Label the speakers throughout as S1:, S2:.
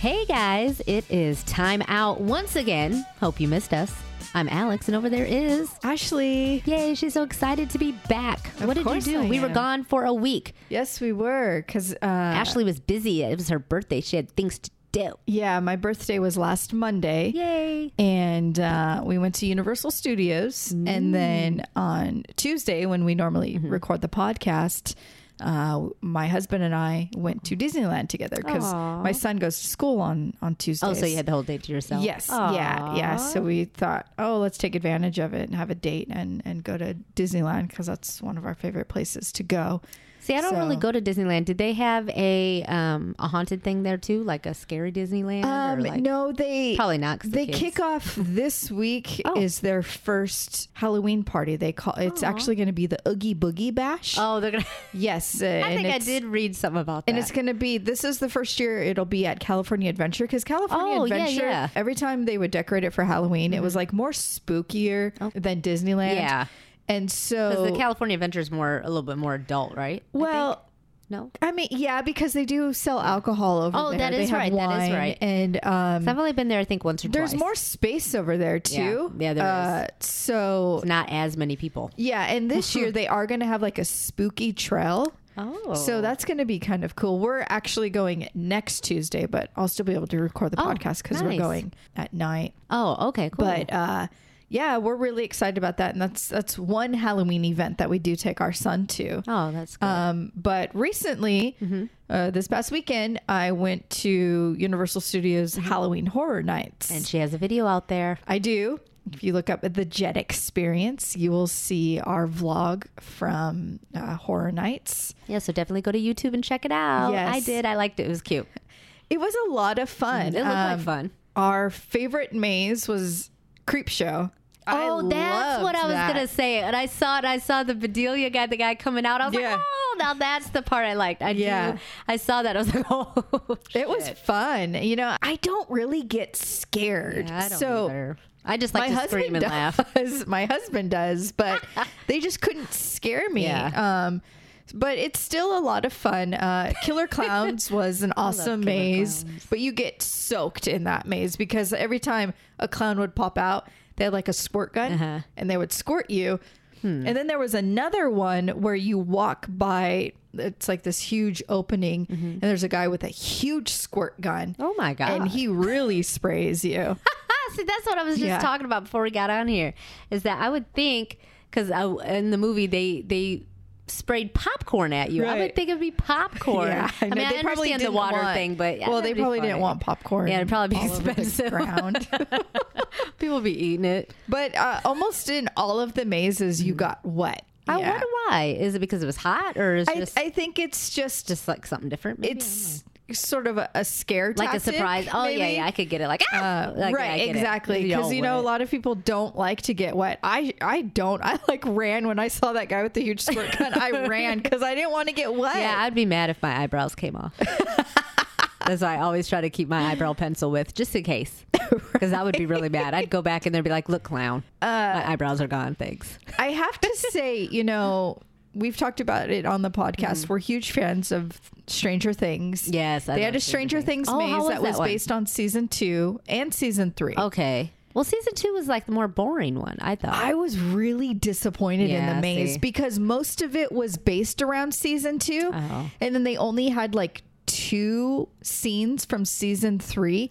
S1: Hey guys, it is time out once again. Hope you missed us. I'm Alex, and over there is.
S2: Ashley.
S1: Yay, she's so excited to be back.
S2: Of
S1: what did you
S2: course
S1: do?
S2: I
S1: we were
S2: am.
S1: gone for a week.
S2: Yes, we were. Cause uh,
S1: Ashley was busy. It was her birthday. She had things to do.
S2: yeah, my birthday was last Monday,
S1: Yay.
S2: and uh, we went to Universal Studios, and
S1: Mm.
S2: then on Tuesday, when we normally
S1: Mm-hmm.
S2: record the podcast. Uh, my husband and I went to Disneyland together because
S1: Aw.
S2: my son goes to school on on Tuesdays.
S1: Oh, so you had the whole day to yourself?
S2: Yes. Yeah. Yeah. So we thought, oh, let's take advantage of it and have a date and, and go to Disneyland because that's one of our favorite places to go.
S1: See, I don't
S2: So-
S1: really go to Disneyland. Did they have a um, a haunted thing there too, like a scary Disneyland?
S2: Um,
S1: or like,
S2: no, they
S1: probably not. 'cause the
S2: They
S1: kids-
S2: kick off this week
S1: Oh.
S2: is their first Halloween party. They call it's actually going to be the Oogie Boogie Bash.
S1: Oh, they're gonna.
S2: Yes, uh,
S1: I
S2: and
S1: think I
S2: it's-
S1: did read something about that.
S2: And it's going to be this is the first year it'll be at California Adventure because California
S1: Oh, yeah,
S2: Adventure
S1: yeah. Mm-hmm.
S2: every time they would decorate it for Halloween it was like more spookier than Disneyland.
S1: Oh. Yeah.
S2: and so
S1: Because the California Adventure is more a little bit more adult, right? I think?
S2: well.
S1: no.
S2: I mean, yeah, because they do sell alcohol over
S1: Oh,
S2: there.
S1: that
S2: They
S1: is
S2: have
S1: right. That is
S2: wine
S1: right.
S2: And um,
S1: I've only been there, I think, once or
S2: there's
S1: twice.
S2: more space over there too.
S1: Yeah, there
S2: uh, So
S1: Not as many people.
S2: Yeah, and this year they are going to have like a spooky trail.
S1: Oh,
S2: So that's going to be kind of cool. We're actually going next Tuesday, but I'll still be able to record the
S1: Oh,
S2: podcast because
S1: nice.
S2: we're going at night.
S1: Oh, okay, cool.
S2: But uh, yeah, we're really excited about that, and that's that's one Halloween event that we do take our son to.
S1: oh, that's good.
S2: Um, but recently,
S1: Mm-hmm.
S2: uh, this past weekend, I went to Universal Studios Halloween Horror Nights.
S1: and she has a video out there.
S2: I do. If you look up the Jet Experience, you will see our vlog from uh, Horror Nights.
S1: Yeah, so definitely go to YouTube and check it out.
S2: Yes.
S1: I did. I liked it. It was cute.
S2: It was a lot of fun. Um,
S1: It looked like fun.
S2: Our favorite maze was Creep Show.
S1: Oh, that's what I was gonna say. And I saw it. I saw the Bedelia guy, the guy coming out. I was
S2: Yeah.
S1: like, oh, now that's the part I liked. I
S2: Yeah.
S1: do. I saw that. I was like, oh,
S2: It was fun. You know, I don't really get scared.
S1: I don't
S2: so
S1: either. I just like
S2: my
S1: to scream
S2: husband
S1: and
S2: does.
S1: laugh.
S2: My husband does, but they just couldn't scare me.
S1: Yeah.
S2: Um, but it's still a lot of fun. Uh, Killer Clowns was an awesome
S1: Killer
S2: maze, but you get soaked in that maze because every time a clown would pop out, they had like a squirt gun
S1: Uh-huh. Hmm.
S2: and they would squirt you. And then there was another one where you walk by, it's like this huge opening, and there's a guy with a huge squirt gun.
S1: Mm-hmm. Oh my god!
S2: And he really sprays you.
S1: Ah, see, that's what I was just
S2: Yeah.
S1: talking about before we got on here. Is that I would think because in the movie they they sprayed popcorn at you. I would
S2: Right.
S1: think it'd be popcorn. I,
S2: know.
S1: mean, I
S2: They
S1: understand
S2: probably
S1: the
S2: didn't
S1: water
S2: want-
S1: thing, but I
S2: well,
S1: thought
S2: they
S1: it'd be
S2: probably didn't
S1: funny.
S2: want popcorn.
S1: Yeah, it'd probably be
S2: all over the
S1: expensive.
S2: ground.
S1: people would be eating it.
S2: but uh, almost in all of the mazes, you got wet.
S1: Mm. I
S2: Yeah.
S1: wonder why. Is it because it was hot, or is it
S2: I,
S1: just
S2: I think it's just
S1: just like something different? Maybe?
S2: it's sort of a, a scare,
S1: like a
S2: tactic,
S1: surprise. Oh yeah,
S2: maybe.
S1: yeah, I could get it. Like, ah!
S2: Uh,
S1: Like, yeah, I
S2: right,
S1: get it.
S2: exactly. Because
S1: Y'all
S2: you know, a
S1: wouldn't.
S2: lot of people don't like to get wet. I, I don't. I like ran when I saw that guy with the huge squirt gun. I ran because I didn't want to get wet.
S1: Yeah, I'd be mad if my eyebrows came off. That's why I always try to keep my eyebrow pencil with, just in case, because I would be really mad. I'd go back in there and be like, "Look, clown, my eyebrows are gone. Thanks."
S2: I have to say, you know, we've talked about it on the podcast. We're huge fans of Stranger Things.
S1: Yes, Mm-hmm. I
S2: they
S1: love
S2: had a
S1: Stranger
S2: Stranger
S1: Things.
S2: Things,
S1: Oh, how
S2: maze
S1: was
S2: that
S1: that
S2: was
S1: one?
S2: based on season two and season three.
S1: Okay. Well, season two was like the more boring one, I thought.
S2: I was really disappointed in
S1: Yeah,
S2: the maze
S1: see.
S2: because most of it was based around season two,
S1: Oh.
S2: and then they only had like two scenes from season three.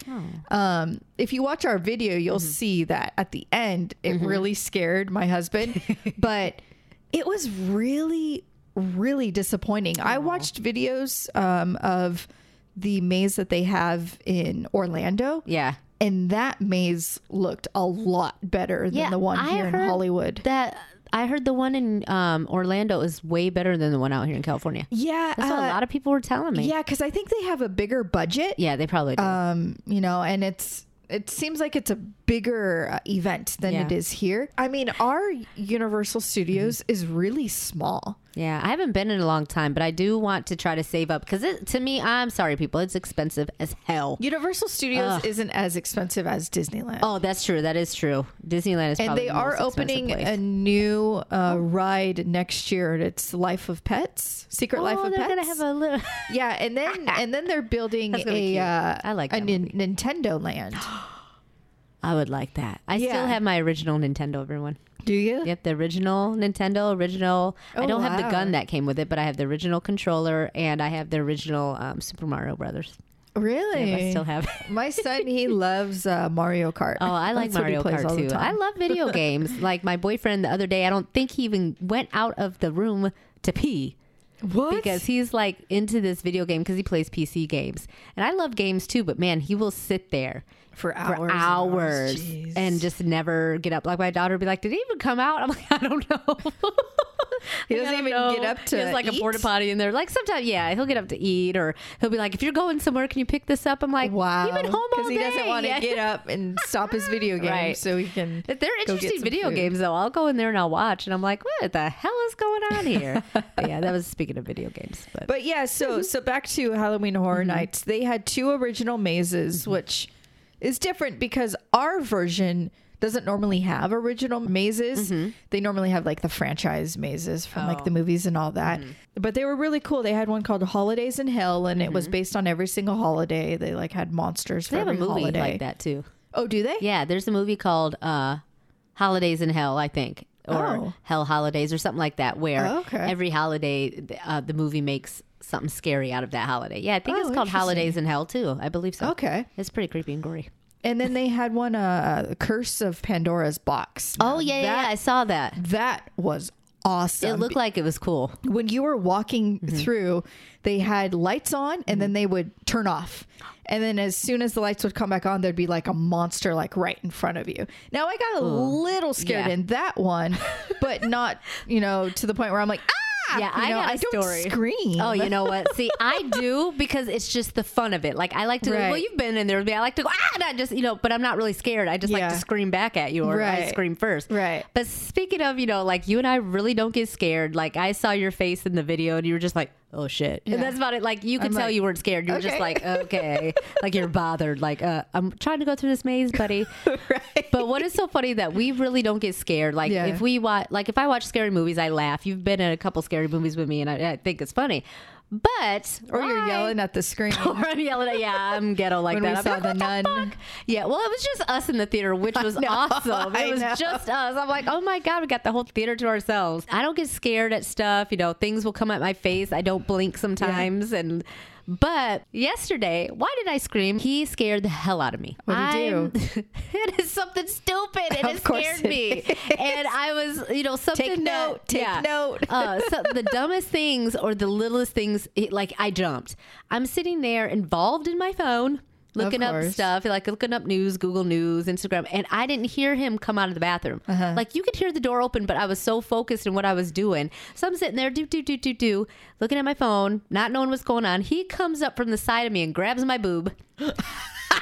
S1: Oh.
S2: Um, if you watch our video, you'll
S1: Mm-hmm.
S2: see that at the end, it really scared my husband, but it was really, really disappointing. I watched videos um, of the maze that they have in Orlando
S1: yeah.
S2: and that maze looked a lot better than
S1: Yeah,
S2: the one
S1: I
S2: here in
S1: heard
S2: Hollywood.
S1: That I heard the one in um, Orlando is way better than the one out here in California.
S2: yeah,
S1: That's what a
S2: uh,
S1: lot of people were telling me. Yeah, Uh,
S2: yeah, because I think they have a bigger budget.
S1: they probably do.
S2: Um, you know, and it's it seems like it's a bigger uh, event than
S1: Yeah. Mm-hmm.
S2: it is here. I mean, our Universal Studios is really small.
S1: Yeah, I haven't been in a long time, but I do want to try to save up because to me, I'm sorry, people, it's expensive as hell.
S2: Universal Studios
S1: Ugh.
S2: isn't as expensive as Disneyland.
S1: Oh, that's true. That is true. Disneyland is
S2: and
S1: probably
S2: they
S1: the
S2: are
S1: most expensive
S2: opening
S1: place. Oh.
S2: a new uh, ride next year. and It's Life of Pets, Secret Life
S1: Oh,
S2: of
S1: they're
S2: Pets.
S1: gonna have a little.
S2: yeah, and then and then they're building
S1: That's gonna be
S2: a
S1: cute.
S2: uh,
S1: I like
S2: a
S1: that
S2: nin- Nintendo Land.
S1: I would like that. I still
S2: Yeah.
S1: have my original Nintendo, everyone.
S2: Do you?
S1: Yep, the original Nintendo, original. I
S2: Oh,
S1: don't have the
S2: wow.
S1: gun that came with it, but I have the original controller and I have the original um, Super Mario Brothers.
S2: Really?
S1: Yep, I still have it.
S2: My son, he loves uh, Mario Kart.
S1: Oh, I like
S2: That's what he
S1: Mario
S2: plays all
S1: Kart
S2: the
S1: too. I
S2: time.
S1: love video games. Like my boyfriend the other day, I don't think he even went out of the room to pee
S2: what?
S1: because he's like into this video game because he plays PC games. And I love games too, but man, he will sit there
S2: for hours,
S1: for
S2: and
S1: hours,
S2: Jeez.
S1: and just never get up. Like my daughter would be like, "Did he even come out?" I'm like, "I don't know."
S2: He
S1: Like,
S2: doesn't
S1: I don't
S2: even get up to
S1: He has like a
S2: eat?
S1: porta potty in there. Like sometimes, yeah, he'll get up to eat, or he'll be like, "If you're going somewhere, can you pick this up?" I'm like,
S2: wow,
S1: you've been home all
S2: because he doesn't
S1: day."
S2: want to
S1: Yeah.
S2: get up and stop his video game
S1: Right.
S2: so he can.
S1: If they're
S2: Go get
S1: interesting
S2: some
S1: video
S2: food.
S1: games, though, I'll go in there and I'll watch, and I'm like, "What the hell is going on here?" but yeah, that was speaking of video games. But,
S2: But yeah,
S1: Mm-hmm.
S2: so so back to Halloween Horror Nights. They had two original mazes,
S1: Mm-hmm.
S2: which is different because our version doesn't normally have original mazes.
S1: Mm-hmm.
S2: They normally have like the franchise mazes from like
S1: Oh.
S2: the movies and all that.
S1: Mm-hmm.
S2: But they were really cool. They had one called Holidays in Hell, and it was based on every single holiday. They like had monsters
S1: Mm-hmm.
S2: for
S1: they have a
S2: every
S1: movie
S2: holiday.
S1: like that too.
S2: Oh, do they?
S1: Yeah, there's a movie called uh, Holidays in Hell, I think, or
S2: Oh.
S1: Hell Holidays, or something like that, where
S2: Oh, okay.
S1: every holiday th- uh, the movie makes something scary out of that holiday. Yeah, I think
S2: Oh,
S1: it's called Holidays in Hell too. I believe so.
S2: Okay.
S1: It's pretty creepy and gory.
S2: And then they had one, uh, Curse of Pandora's Box.
S1: Oh yeah, yeah, yeah, I saw that.
S2: That was
S1: It
S2: awesome.
S1: looked like it was cool.
S2: when you were walking
S1: Mm-hmm.
S2: through, they had lights on and then they would turn off. And then as soon as the lights would come back on, there'd be like a monster like right in front of you. Now I got a little scared
S1: Oh. Yeah.
S2: in that one, but not, you know, to the point where I'm like, ah,
S1: Yeah,
S2: You
S1: I
S2: know,
S1: got a
S2: I don't
S1: story.
S2: scream.
S1: Oh, you know what? See, I do because it's just the fun of it. Like I like to.
S2: Right.
S1: Well, you've been in there with me. I like to go ah, not just you know, but I'm not really scared. I just like
S2: Yeah.
S1: to scream back at you, or I
S2: Right.
S1: scream first.
S2: Right.
S1: But speaking of, you know, like you and I really don't get scared. Like I saw your face in the video, and you were just like, "Oh shit,"
S2: Yeah.
S1: and that's about it. Like you could
S2: I'm
S1: tell
S2: like,
S1: you weren't scared. You were just
S2: "Okay."
S1: like, "Okay," like you're bothered. Like uh, I'm trying to go through this maze, buddy.
S2: right.
S1: But what is so funny that we really don't get scared. Like
S2: Yeah.
S1: if we watch, like if I watch scary movies, I laugh. You've been in a couple scary movies with me, and I, I think it's funny. But
S2: Or you're
S1: why-
S2: yelling at the screen.
S1: or I'm yelling at yeah, I'm ghetto like
S2: When
S1: that.
S2: we
S1: I'm
S2: saw
S1: like,
S2: The
S1: "What
S2: Nun."
S1: fuck?" Yeah, well, it was just us in the theater, which was
S2: know,
S1: awesome.
S2: I
S1: It was
S2: know.
S1: just us. I'm like, oh my god, we got the whole theater to ourselves. I don't get scared at stuff. You know, things will come at my face. I don't blink sometimes, and. But yesterday, why did I scream? He scared the hell out of me.
S2: What'd he do?
S1: I'm- it is something stupid, and
S2: Of
S1: it
S2: course
S1: scared
S2: it
S1: me. And I was, you know, something
S2: Take
S1: that-
S2: note, take
S1: yeah
S2: note.
S1: uh, so the dumbest things or the littlest things, it, like I jumped. I'm sitting there involved in my phone, looking up
S2: course.
S1: stuff, like looking up news, Google News, Instagram, and I didn't hear him come out of the bathroom.
S2: Uh-huh.
S1: Like you could hear the door open, but I was so focused in what I was doing. So I'm sitting there, do, do, do, do, do, looking at my phone, not knowing what's going on. He comes up from the side of me and grabs my boob.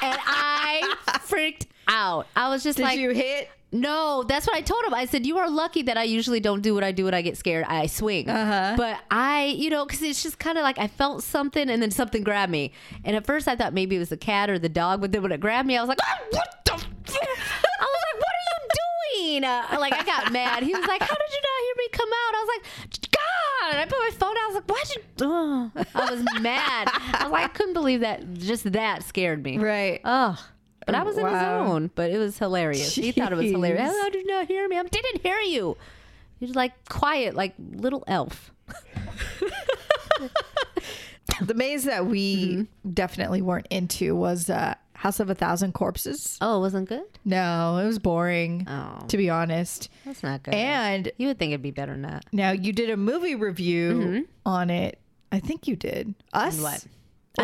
S1: and I freaked out. I was just
S2: Did
S1: like,
S2: you hit?
S1: no, that's what I told him. I said, You are lucky that I usually don't do what I do when I get scared. I swing. But I, you know, because it's just kind of like I felt something and then something grabbed me. And at first I thought maybe it was the cat or the dog, but then when it grabbed me, I was like, "Ah, What the? f-" I was like, What are you doing? Uh, like, I got mad. He was like, How did you not hear me come out? I was like, God. And I put my phone out. I was like, Why'd you? Ugh. I was mad. I was like, I couldn't believe that. Just that scared me.
S2: Right.
S1: Oh. But I was in his
S2: Wow.
S1: own. But it was hilarious. He thought it was hilarious.
S2: Jeez.
S1: How did you not hear me? I didn't hear you. He was like quiet, like little elf.
S2: the maze that we
S1: Mm-hmm.
S2: definitely weren't into was uh, House of a Thousand Corpses.
S1: Oh, it wasn't good?
S2: No, it was boring,
S1: Oh.
S2: to be honest.
S1: That's not good.
S2: And
S1: you would think it'd be better than that.
S2: now you did a movie review on it. I think you did. Us?
S1: what?
S2: Or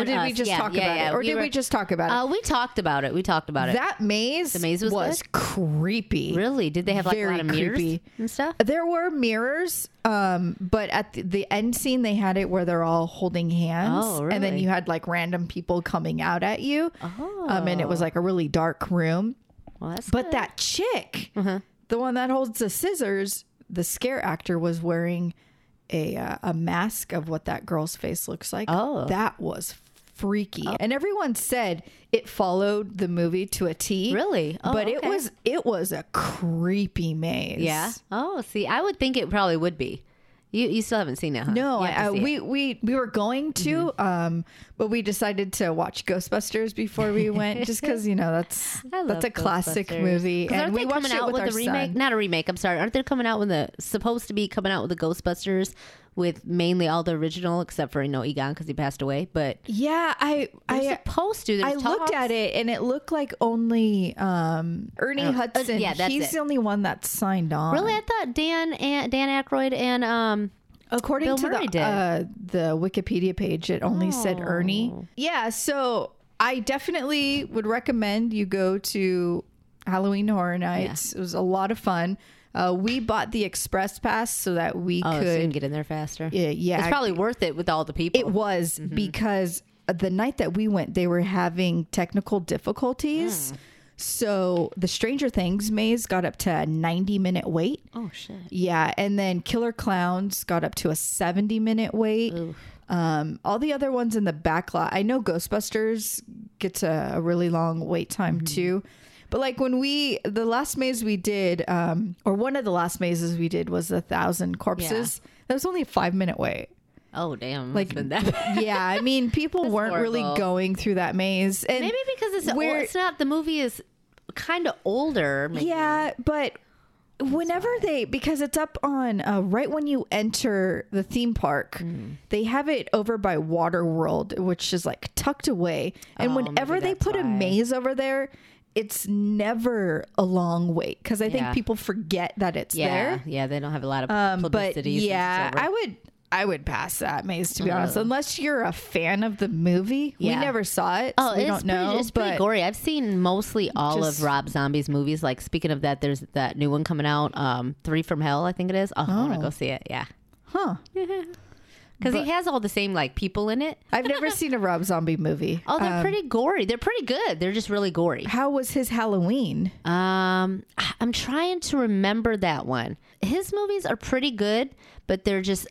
S1: Mm-hmm. On
S2: did we
S1: Us,
S2: just
S1: yeah,
S2: talk
S1: yeah,
S2: about
S1: yeah,
S2: it? Or
S1: we
S2: did
S1: were-
S2: we just talk about it?
S1: Uh, we talked about it. We talked about it.
S2: that maze, the
S1: maze was good?
S2: creepy.
S1: Really? Did they have like a
S2: Very
S1: lot of mirrors
S2: creepy.
S1: and stuff?
S2: There were mirrors, um, but at the, the end scene, they had it where they're all holding hands,
S1: Oh,
S2: and then
S1: really? Oh.
S2: you had like random people coming out at you, um, and it was like a really dark room.
S1: Well, that's
S2: But that
S1: Uh-huh.
S2: chick, the one that holds the scissors, the scare actor was wearing a uh, a mask of what that girl's face looks like.
S1: Oh.
S2: that was freaky. And everyone said it followed the movie to a T.
S1: Really? Oh,
S2: but it
S1: okay.
S2: was it was a creepy maze.
S1: Yeah. Oh, see, I would think it probably would be. You you still haven't seen it, huh?
S2: No,
S1: You
S2: I,
S1: have to
S2: I,
S1: see it. Mm-hmm.
S2: we we we were going to, um, but we decided to watch Ghostbusters before we went, just because you know that's
S1: I love
S2: that's a classic
S1: Ghostbusters.
S2: movie,
S1: 'Cause aren't
S2: and we
S1: they
S2: watched
S1: coming
S2: it
S1: out
S2: with,
S1: with
S2: our
S1: a remake?
S2: son.
S1: Not a remake. I'm sorry. Aren't they coming out with the supposed to be coming out with the Ghostbusters with mainly all the original except for you know Egon because he passed away. But
S2: Yeah, I
S1: they're
S2: I uh,
S1: supposed to. There's
S2: I looked
S1: talks.
S2: at it, and it looked like only um, Ernie
S1: Oh, uh,
S2: Hudson.
S1: yeah, that's
S2: he's
S1: it.
S2: the only one that's signed on.
S1: Really, I thought Dan and Dan Aykroyd and um.
S2: According
S1: Bill
S2: to
S1: Murray
S2: the
S1: did.
S2: Uh, the Wikipedia page, it only said Ernie.
S1: Oh.
S2: Yeah, so I definitely would recommend you go to Halloween Horror Nights. It was a lot of fun. Uh, we bought the express pass so that we
S1: Oh, so you can
S2: could.
S1: get in there faster.
S2: Yeah, yeah.
S1: it's probably worth it with all the people.
S2: It was because the night that we went, they were having technical difficulties. So the Stranger Things maze got up to a 90 minute wait.
S1: oh shit.
S2: Yeah, and then Killer Clowns got up to a 70 minute wait. Um, all the other ones in the back lot. I know Ghostbusters gets a, a really long wait time too. But like when we the last maze we did, um, or one of the last mazes we did was the thousand corpses. That was only a five minute wait.
S1: Oh damn.
S2: Like-
S1: Like been that.
S2: Yeah, I mean people weren't really
S1: horrible.
S2: going through that maze. And
S1: maybe because it's
S2: where-
S1: it's not the movie is kind of older. Maybe.
S2: Yeah, but whenever they because it's up on uh, right when you enter the theme park,
S1: Mm.
S2: they have it over by Water World, which is like tucked away. And
S1: Oh, maybe
S2: whenever they
S1: that's
S2: put a
S1: why.
S2: maze over there, it's never a long wait because I
S1: Yeah.
S2: think people forget that it's
S1: Yeah,
S2: there.
S1: yeah, they don't have a lot of
S2: Um, but
S1: publicity. since
S2: yeah,
S1: it's over. Mm.
S2: I would. I would pass that maze to be honest, unless you're a fan of the movie.
S1: Yeah.
S2: We never saw it.
S1: Oh,
S2: so we
S1: it's
S2: don't know.
S1: Pretty, it's
S2: but
S1: pretty gory. I've seen mostly all
S2: Just-
S1: of Rob Zombie's movies. Like speaking of that, there's that new one coming out, um, Three from Hell, I think it is. Oh, I want to go see it. Yeah,
S2: huh?
S1: because he has all the same like people in it.
S2: I've never seen a Rob Zombie movie.
S1: Oh, they're pretty gory. They're pretty good. They're just really gory.
S2: How was his Halloween?
S1: Um, I- I'm trying to remember that one. His movies are pretty good, but they're just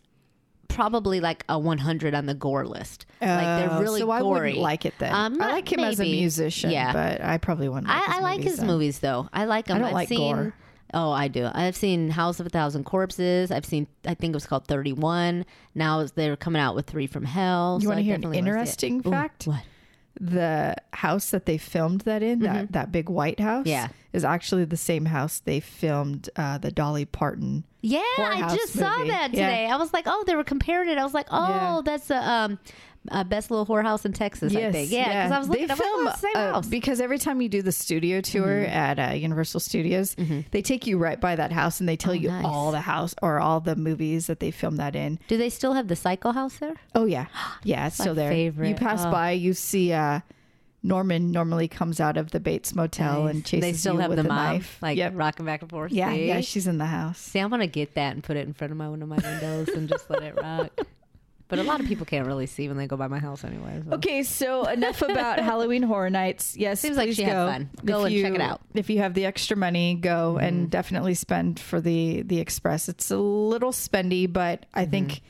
S1: probably like a 100 on the gore list. like
S2: Oh,
S1: they're really
S2: so I
S1: gory.
S2: wouldn't like it then.
S1: Um,
S2: I
S1: not-
S2: like him as a
S1: maybe.
S2: musician,
S1: Yeah.
S2: but I probably wouldn't. Like
S1: I,
S2: his
S1: I like
S2: movies
S1: his
S2: then.
S1: movies though. I like them.
S2: don't
S1: have
S2: like
S1: seen,
S2: gore.
S1: Oh, I do. I've seen House of a Thousand Corpses. I've seen. I think it was called Thirty One. Now it's- they're coming out with Three from Hell.
S2: You
S1: so
S2: want
S1: I
S2: to hear an
S1: definitely wanna see it.
S2: interesting
S1: Ooh,
S2: fact?
S1: what?
S2: The house that they filmed that in, that, that big white house,
S1: Mm-hmm. Yeah.
S2: is actually the same house they filmed uh, the Dolly Parton.
S1: Yeah,
S2: Whorehouse
S1: I just saw
S2: movie.
S1: that
S2: Yeah.
S1: today. I was like, oh, they were comparing it. I was like, oh,
S2: Yeah.
S1: that's a um, a best little whorehouse in Texas. I think. Yeah, because I was looking. I'm like, oh, it's the same
S2: uh,
S1: house. Mm-hmm.
S2: because every time you do the studio tour at uh, Universal Studios, they take you right by that house and they tell you
S1: Oh, nice.
S2: all the house or all the movies that they filmed that in.
S1: Do they still have the Psycho house there?
S2: Oh yeah, yeah, it's still there. You
S1: favorite.
S2: pass
S1: Oh.
S2: by, you see uh, Norman normally comes out of the Bates Motel Oh, and chases
S1: they still
S2: you
S1: have
S2: with
S1: the
S2: a
S1: mom
S2: knife.
S1: like
S2: Yep.
S1: rocking back and forth.
S2: yeah,
S1: See?
S2: yeah, she's in the house.
S1: See, I'm gonna get that and put it in front of my one of my windows and just let it rock. But a lot of people can't really see when they go by my house anyway. so.
S2: Okay, so enough about Halloween Horror Nights. Yes,
S1: Seems like
S2: please
S1: she
S2: go.
S1: had fun. Go
S2: If
S1: and check it out. Mm-hmm.
S2: If you have the extra money, go and definitely spend for the the express. It's a little spendy, but I think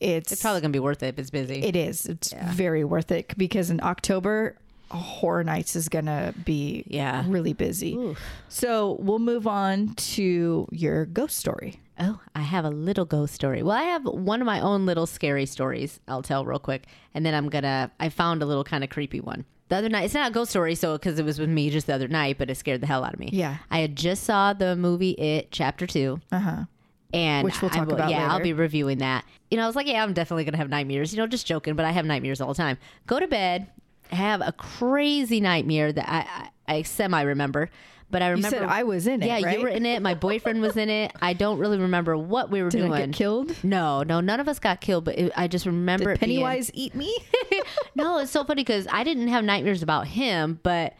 S2: it's
S1: It's probably gonna be worth Mm-hmm. it if it's busy.
S2: it is. It's very worth it because in October, Horror Nights is gonna be
S1: Yeah.
S2: really busy. So we'll move on to your ghost story.
S1: oh, I have a little ghost story. Well, I have one of my own little scary stories I'll tell real quick, and then I'm gonna. I found a little kind of creepy one. The other night, it's not a ghost story, so because it was with me just the other night, but it scared the hell out of me.
S2: Yeah.
S1: I had just saw the movie It Chapter Two.
S2: Uh huh.
S1: and
S2: Which we'll
S1: I
S2: talk
S1: will-
S2: about
S1: Yeah, I'll
S2: later.
S1: be reviewing that. You know, I was like, yeah, I'm definitely gonna have nightmares. You know, just joking, but I have nightmares all the time. Go to bed, have a crazy nightmare that I I, I semi remember, but I
S2: You
S1: remember.
S2: said I was in it.
S1: yeah,
S2: right?
S1: you were in it. My boyfriend was in it. I don't really remember what we were
S2: Did I
S1: doing.
S2: get killed?
S1: No, no, none of us got killed, but it, I just remember it being-
S2: Pennywise eat me?
S1: no, it's so funny because I didn't have nightmares about him, but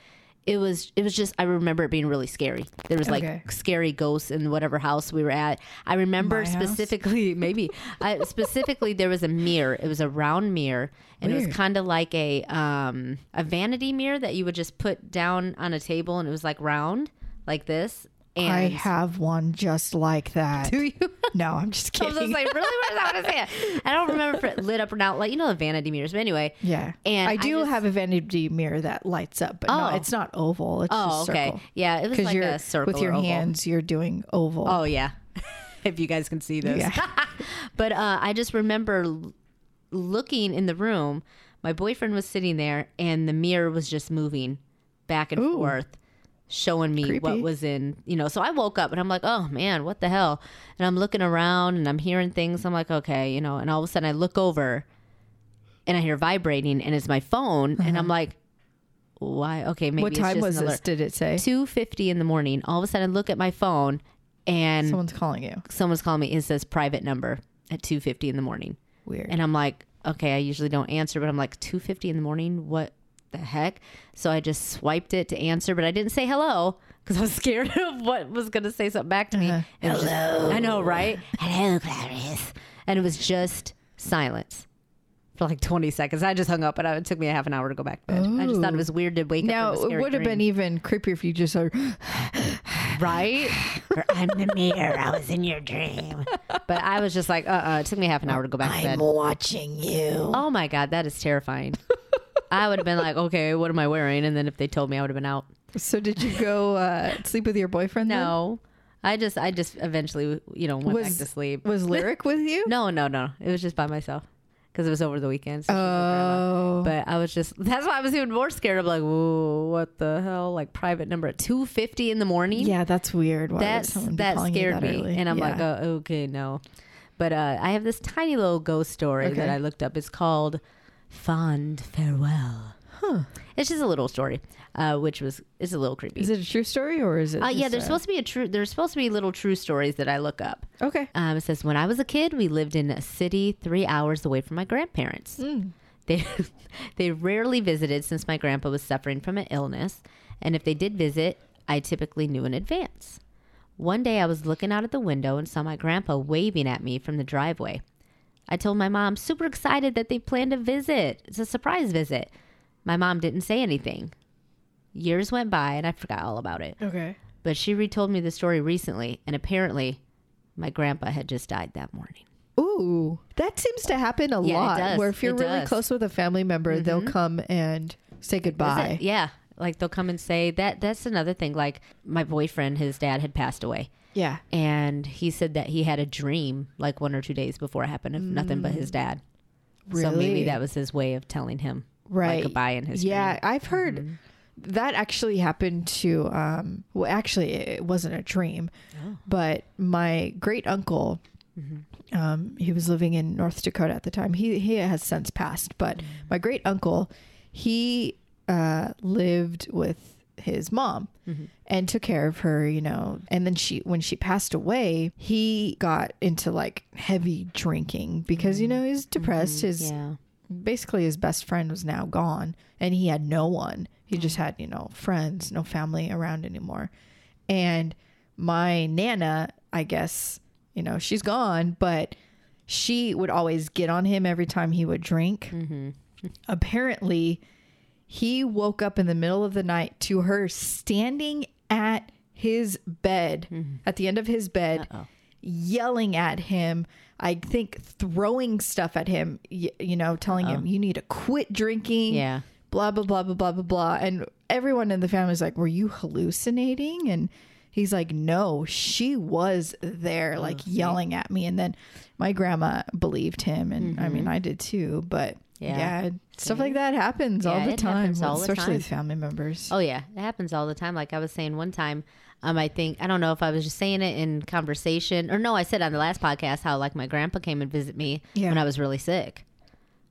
S1: it was it was just I remember it being really scary. There was like
S2: Okay.
S1: scary ghosts in whatever house we were at. I remember
S2: My house?
S1: specifically maybe I, specifically there was a mirror. It was a round mirror, and it
S2: Weird.
S1: was kind of like a um, a vanity mirror that you would just put down on a table, and it was like round like this. And
S2: I have one just like that.
S1: Do you?
S2: No, I'm just
S1: I was
S2: kidding.
S1: just like, really? What does that want to say? I don't remember if it lit up or not. Like, you know, the vanity mirrors. But anyway.
S2: yeah,
S1: And
S2: I
S1: I
S2: do
S1: just-
S2: have a vanity mirror that lights up, but no,
S1: Oh.
S2: it's not oval. It's
S1: Oh,
S2: just
S1: okay.
S2: circle.
S1: Yeah. It was
S2: Because
S1: like
S2: you're
S1: a circle.
S2: with your
S1: or oval.
S2: hands, you're doing oval.
S1: Oh, yeah. if you guys can see this.
S2: Yeah.
S1: but uh, I just remember l- looking in the room. My boyfriend was sitting there, and the mirror was just moving back and
S2: Ooh.
S1: forth, showing me
S2: Creepy.
S1: what was in, you know. So I woke up and I'm like, oh man, what the hell? And I'm looking around and I'm hearing things. I'm like, okay, you know. And all of a sudden I look over and I hear vibrating, and it's my phone. And I'm like, why? Okay, maybe
S2: what
S1: it's
S2: time
S1: just
S2: was
S1: an
S2: this?
S1: alert.
S2: Did it say?
S1: 2.50 in the morning. All of a sudden I look at my phone and
S2: Someone's calling you.
S1: someone's calling me. It says private number at 2.50 in the morning.
S2: Weird.
S1: And I'm like, okay, I usually don't answer, but I'm like, 2.50 in the morning? What the heck? So I just swiped it to answer, but I didn't say hello because I was scared of what was going to say something back to me.
S2: Uh-huh.
S1: It was just- I know, right? hello, Clarice. And it was just silence for like 20 seconds. I just hung up, and I- it took me a half an hour to go back to bed. I just thought it was weird to wake
S2: now
S1: up. from a
S2: it
S1: scary
S2: would have been
S1: dream.
S2: even creepier if you just said,
S1: right? Or, I'm the mirror. I was in your dream. But I was just like, uh, uh It took me half an hour to go back to bed.
S2: watching you."
S1: Oh my god, that is terrifying. I would have been like, okay, what am I wearing? And then if they told me, I would have been out.
S2: So did you go uh, sleep with your boyfriend? then?
S1: No, I just, I just eventually, you know, went back
S2: Was-
S1: to sleep.
S2: Was lyric with you?
S1: No, no, no. It was just by myself because it was over the weekend. so she was with grandma.
S2: Oh,
S1: But I was just, that's why I was even more scared of like, whoa, what the hell? Like private number at 2.50 in the morning?
S2: yeah, that's weird. Why would
S1: That's
S2: someone be
S1: that
S2: calling you
S1: scared
S2: that
S1: me,
S2: early?
S1: and I'm
S2: Yeah.
S1: like, oh, okay, no. But uh, I have this tiny little ghost story
S2: Okay.
S1: that I looked up. It's called "Fond Farewell." It's just a little story, uh, which was it's a little creepy.
S2: is it a true story or is it?
S1: oh, uh, yeah,
S2: just
S1: there's
S2: a-
S1: supposed to be a true. There's supposed to be little true stories that I look up.
S2: Okay.
S1: Um, it says when I was a kid, we lived in a city three hours away from my grandparents. They they rarely visited since my grandpa was suffering from an illness, and if they did visit, I typically knew in advance. One day, I was looking out at the window and saw my grandpa waving at me from the driveway. I told my mom, super excited that they planned a visit. It's a surprise visit. My mom didn't say anything. Years went by, and I forgot all about it.
S2: Okay.
S1: But she retold me the story recently, and apparently, my grandpa had just died that morning.
S2: Ooh, that seems to happen a
S1: Yeah, it
S2: lot.
S1: does.
S2: Where if you're
S1: It
S2: really
S1: does. Mm-hmm.
S2: close with a family member, they'll come and say
S1: Is e-
S2: goodbye.
S1: it- Yeah, like they'll come and say that. That's another thing. Like my boyfriend, his dad had passed away,
S2: Yeah.
S1: and he said that he had a dream like one or two days before it happened of nothing but his dad. So
S2: Mm. Really?
S1: maybe that was his way of telling him
S2: Right.
S1: like goodbye in his
S2: yeah,
S1: dream.
S2: I've heard that actually happened to. Um, well, actually, it wasn't a dream, but my great uncle. Um, he was living in North Dakota at the time. He he has since passed, but my great uncle, he uh, lived with his mom and took care of her, you know. And then she when she passed away, he got into like heavy drinking because you know he's depressed. His
S1: yeah.
S2: basically his best friend was now gone and he had no one he just had you know friends no family around anymore and my nana i guess you know she's gone but she would always get on him every time he would drink apparently he woke up in the middle of the night to her standing at his bed at the end of his bed yelling at him i think throwing stuff at him y- you know telling him you need to quit drinking
S1: Yeah.
S2: blah blah blah blah blah blah blah and everyone in the family's like were you hallucinating and he's like no she was
S1: Oh,
S2: there like yelling at me and then my grandma believed him and i mean i did too but
S1: Mm-hmm. Yeah.
S2: yeah, stuff like that happens all
S1: Yeah,
S2: the
S1: it
S2: time,
S1: happens all the
S2: especially
S1: time.
S2: with family members.
S1: Oh yeah, it happens all the time. Like I was saying one time, um, I think I don't know if I was just saying it in conversation or no, I said on the last podcast how like my grandpa came and visit me
S2: Yeah.
S1: when I was really sick,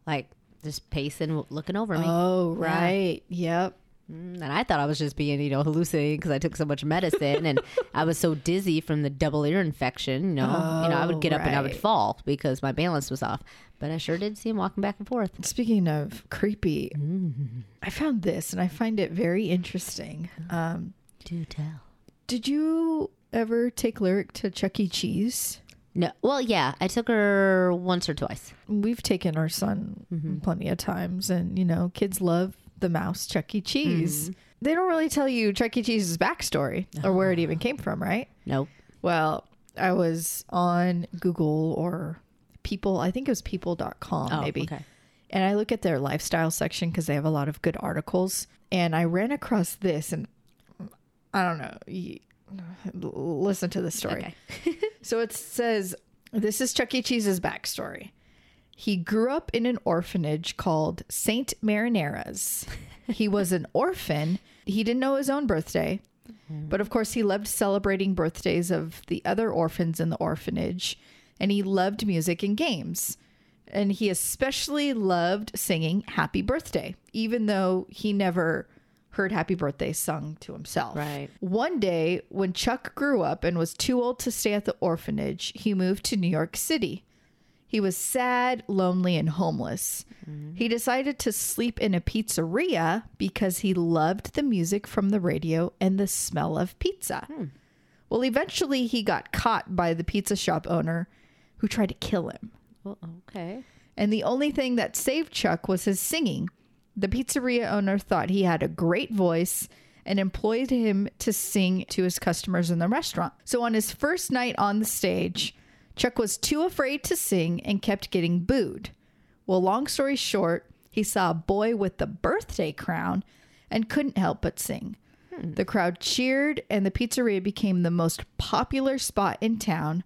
S1: like just pacing, looking over me,
S2: Oh,
S1: Yeah.
S2: right. Yep.
S1: and I thought I was just being you know hallucinating because I took so much medicine and I was so dizzy from the double ear infection. You know, you know I
S2: Oh,
S1: would get up and I would
S2: right.
S1: fall because my balance was off. But I sure did see him walking back and forth.
S2: Speaking of creepy,
S1: Mm-hmm.
S2: I found this and I find it very interesting.
S1: Oh.
S2: Um,
S1: Do tell.
S2: did you ever take Lyric to Chuck E. Cheese?
S1: No, well, yeah, I took her once or twice.
S2: We've taken
S1: Mm-hmm. Mm-hmm.
S2: our son plenty of times, and you know, kids love the mouse Chuck E. Cheese. They don't really tell you Chuck E. Cheese's backstory or where
S1: Ah.
S2: it even came from, right?
S1: Nope.
S2: Well, I was on Google or people, I think it was people.com
S1: Oh,
S2: maybe.
S1: okay.
S2: And I look at their lifestyle section because they have a lot of good articles. And I ran across this, and I don't know. You, listen to the story.
S1: Okay.
S2: So it says this is Chuck E. Cheese's backstory. He grew up in an orphanage called St. Marinera's. He was an orphan. He didn't know his own birthday, but of course, he loved celebrating birthdays of the other orphans in the orphanage, and he loved music and games. And he especially loved singing Happy Birthday, even though he never heard Happy Birthday sung to himself.
S1: Right.
S2: One day, when Chuck grew up and was too old to stay at the orphanage, he moved to New York City. He was sad, lonely, and homeless. He decided to sleep in a pizzeria because he loved the music from the radio and the smell of pizza. Well, eventually, he got caught by the pizza shop owner who tried to kill him.
S1: Well, okay.
S2: And the only thing that saved Chuck was his singing. The pizzeria owner thought he had a great voice and employed him to sing to his customers in the restaurant. So on his first night on the stage, Chuck was too afraid to sing and kept getting booed. Well, long story short, he saw a boy with the birthday crown and couldn't help but sing. The crowd cheered, and the pizzeria became the most popular spot in town,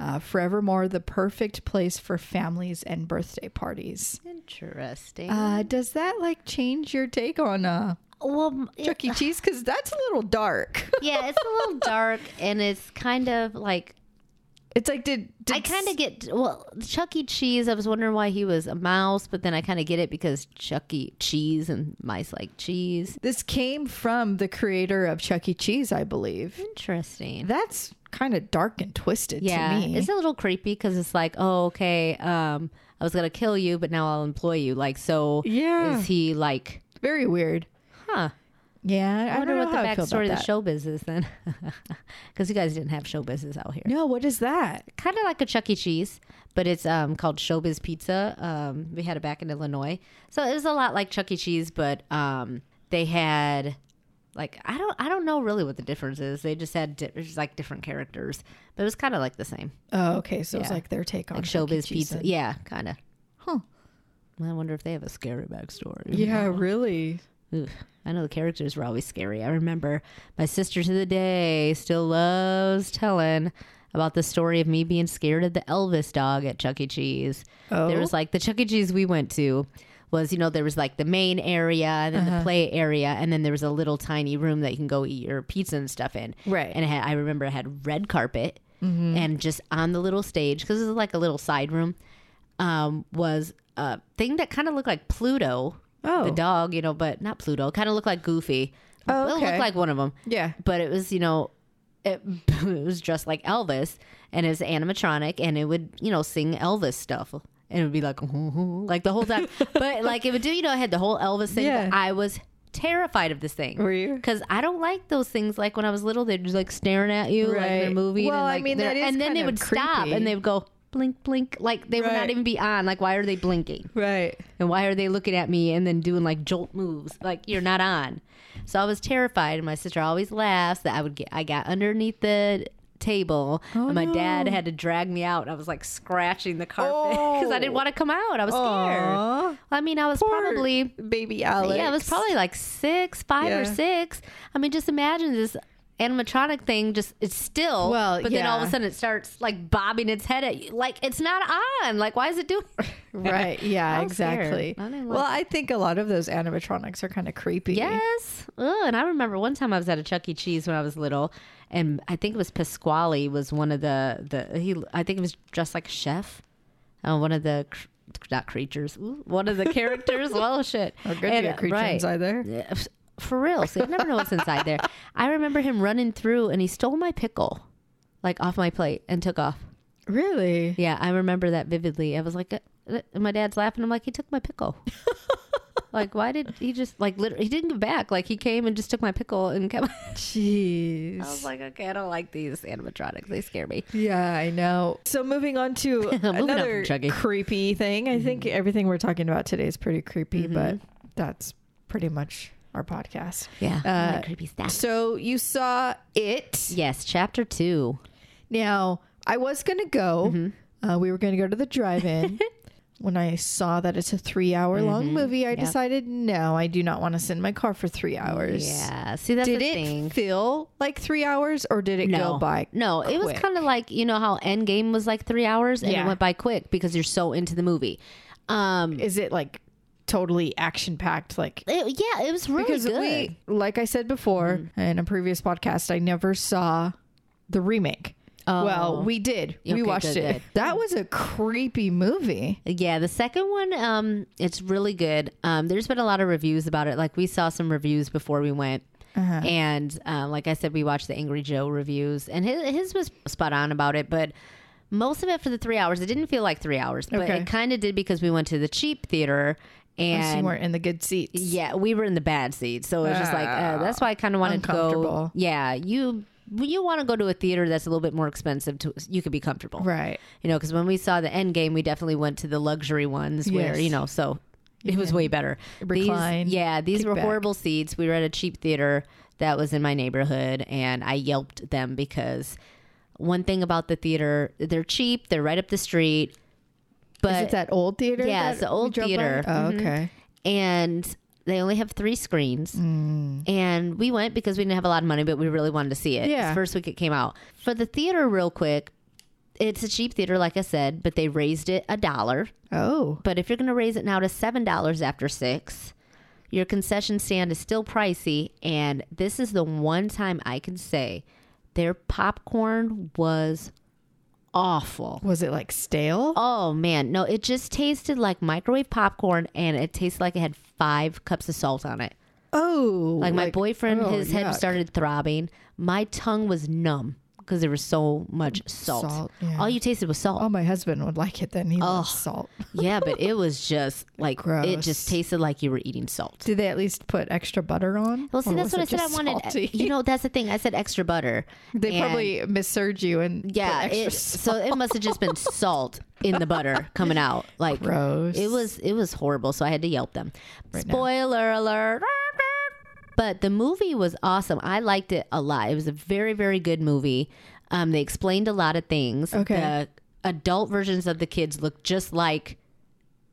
S2: uh, forevermore the perfect place for families and birthday parties.
S1: Interesting.
S2: Uh, does that like change your take on uh,
S1: well, m- it-
S2: Chuck E. Cheese? Because that's a little dark.
S1: yeah, it's a little dark and it's kind of like
S2: it's like did, did
S1: I kind of get well Chuck E. Cheese. I was wondering why he was a mouse, but then I kind of get it because Chuck E. Cheese and mice like cheese.
S2: this came from the creator of Chuck E. Cheese, I believe.
S1: Interesting.
S2: That's kind of dark and twisted
S1: yeah,
S2: to me.
S1: it's a little creepy because it's like, oh, okay, um, I was gonna kill you, but now I'll employ you. Like, so
S2: Yeah.
S1: is he like,
S2: Very weird.
S1: huh?
S2: Yeah, I,
S1: I wonder
S2: don't know
S1: what the
S2: how I feel
S1: backstory of
S2: about
S1: the
S2: that.
S1: showbiz is then, because you guys didn't have showbiz out here.
S2: No, what is that?
S1: kind of like a Chuck E. Cheese, but it's um, called Showbiz Pizza. Um, we had it back in Illinois, so it was a lot like Chuck E. Cheese, but um, they had like I don't I don't know really what the difference is. They just had di- just like different characters, but it was kind of like the same,
S2: Oh, okay. So it's
S1: Yeah.
S2: like their take on
S1: like
S2: Chuck E.
S1: Showbiz
S2: Cheese
S1: Pizza.
S2: then.
S1: Yeah, kind of.
S2: Huh.
S1: I wonder if they have a scary backstory.
S2: Yeah, really.
S1: Oof. I know the characters were always scary. I remember my sister to the day still loves telling about the story of me being scared of the Elvis dog at Chuck E. Cheese. There was like the Chuck E. Cheese we went to was, you know, there was like the main area and then the play area, and then there was a little tiny room that you can go eat your pizza and stuff in.
S2: Right.
S1: And it had, I remember it had red carpet, and just on the little stage, because it was like a little side room, um, was a thing that kind of looked like Pluto
S2: Oh.
S1: the dog, you know, but not Pluto. Kind of looked like Goofy.
S2: Oh,
S1: It
S2: okay.
S1: looked like one of them.
S2: Yeah.
S1: But it was, you know, it, it was dressed like Elvis and it was animatronic and it would, you know, sing Elvis stuff. And it would be like, like the whole time. but like it would do, you know, I had the whole Elvis thing.
S2: Yeah.
S1: But I was terrified of this thing.
S2: Were you?
S1: Because I don't like those things. Like when I was little, they're just like staring at you, like
S2: Right.
S1: they're moving.
S2: Well,
S1: and,
S2: I
S1: like,
S2: mean,
S1: they're-
S2: that is
S1: And then
S2: kind
S1: they
S2: of
S1: would stop
S2: creepy.
S1: and they would go, blink, blink. Like they would
S2: Right.
S1: not even be on. Like, why are they blinking?
S2: Right.
S1: And why are they looking at me and then doing like jolt moves? Like you're not on. So I was terrified, and my sister always laughs that I would get. I got underneath the table,
S2: Oh,
S1: and my dad had to drag me out. I was like scratching the carpet because I didn't
S2: Oh.
S1: want to come out. I was scared.
S2: Aw.
S1: I mean, I was
S2: Poor
S1: probably
S2: baby Alex.
S1: yeah, it was probably like six, five or
S2: Yeah.
S1: six. I mean, just imagine this animatronic thing just it's still
S2: Well,
S1: but then all of
S2: yeah.
S1: a sudden it starts like bobbing its head at you like it's not on like why is it doing
S2: right. Yeah,
S1: I was scared.
S2: exactly.
S1: I didn't like
S2: well, I think a lot of those animatronics are kind of creepy.
S1: Yes. Ugh, and I remember one time I was at a Chuck E. Cheese when I was little, and I think it was Pasquale was one of the the he. I think it was dressed like a chef, uh, one of the cr- not creatures, ooh, one of the characters. well, shit.
S2: Or good
S1: And, uh,
S2: to be a creature
S1: right.
S2: inside there.
S1: Yeah, f- For real, so you never know what's inside there. I remember him running through, and he stole my pickle, like off my plate, and took off.
S2: Really?
S1: Yeah, I remember that vividly. I was like, uh, uh, my dad's laughing. I'm like, he took my pickle. like, why did he just like literally? He didn't give back. Like, he came and just took my pickle and kept.
S2: Jeez.
S1: I was like, okay, I don't like these animatronics. They scare me.
S2: Yeah, I know. So moving on Mm-hmm. to
S1: on from
S2: another
S1: Chucky.
S2: Mm-hmm. creepy thing. I think everything we're talking about today is pretty creepy, but that's pretty much our podcast.
S1: Yeah, I like creepy stuff.
S2: So you saw it.
S1: Yes, chapter two.
S2: Now, I was going to go.
S1: Mm-hmm.
S2: Uh, we were going to go to the drive in. when I saw that it's a three hour
S1: Mm-hmm.
S2: long movie, I decided, no, I do not want to sit in my car for three hours.
S1: Yeah, see that's
S2: Did
S1: the
S2: it
S1: thing.
S2: feel like three hours or did it go by?
S1: no, Mm. it was
S2: quick?
S1: kind of like you know how Endgame was like three hours and
S2: Yeah.
S1: it went by quick because you're so into the movie. Um,
S2: Is it like totally action packed? Like,
S1: it- yeah, it was really
S2: because
S1: good. Mm-hmm.
S2: we, like I said before in a previous podcast, I never saw the remake.
S1: Oh.
S2: Well, we did.
S1: Okay,
S2: we watched
S1: good,
S2: it.
S1: good.
S2: That was a creepy movie.
S1: Yeah, the second one, um, it's really good. Um, there's been a lot of reviews about it. Like we saw some reviews before we went,
S2: Uh-huh.
S1: and um, like I said, we watched the Angry Joe reviews, and his his was spot on about it, but. Most of it for the three hours. It didn't feel like three hours, but
S2: Okay.
S1: it kind of did because we went to the cheap theater
S2: Unless you
S1: and
S2: weren't in the good seats.
S1: Yeah, we were in the bad seat, so it was just like uh, that's why I kind of wanted to go.
S2: Uncomfortable.
S1: Yeah, you you want to go to a theater that's a little bit more expensive to you could be comfortable,
S2: Right.
S1: You know, because when we saw the end game, we definitely went to the luxury ones where
S2: Yes.
S1: you know, so it was way better.
S2: recline,
S1: these, yeah, these were
S2: kick back.
S1: horrible seats. We were at a cheap theater that was in my neighborhood, and I yelped them because one thing about the theater, they're cheap, they're right up the street,
S2: Is
S1: but
S2: it that old theater?
S1: Yeah,
S2: that
S1: it's the
S2: we
S1: old
S2: drove by?
S1: theater. Mm-hmm.
S2: Oh, okay.
S1: and they only have three screens.
S2: Mm.
S1: And we went because we didn't have a lot of money, but we really wanted to see it.
S2: Yeah.
S1: It's the First week it came out. For the theater, real quick, it's a cheap theater, like I said, but they raised it a dollar.
S2: Oh.
S1: But if you're going to raise it now to $7 after six, your concession stand is still pricey. And this is the one time I can say their popcorn was awful.
S2: Was it like stale?
S1: Oh man, no, it just tasted like microwave popcorn and it tasted like it had five cups of salt on it.
S2: Oh.
S1: Like, my boyfriend,
S2: oh,
S1: his head
S2: yuck.
S1: started throbbing. My tongue was numb because there was so much salt.
S2: Salt, yeah.
S1: All you tasted was salt.
S2: Oh, my husband would like it then. He loves salt.
S1: yeah, but it was just like it
S2: Gross.
S1: just tasted like you were eating salt.
S2: Did they at least put extra butter on?
S1: Well, see,
S2: Or
S1: that's
S2: was
S1: what I
S2: Oh, it
S1: said. I
S2: just
S1: wanted.
S2: salty?
S1: You know, that's the thing. I said extra butter.
S2: they
S1: And-
S2: probably misserved you and
S1: yeah.
S2: put extra
S1: It,
S2: salt.
S1: so it must have just been salt in the butter coming out. Like
S2: Gross.
S1: It was it was horrible, so I had to yelp them. Spoiler alert. But the movie was awesome. I liked it a lot. It was a very very good movie. Um, they explained a lot of things.
S2: Okay.
S1: The adult versions of the kids looked just like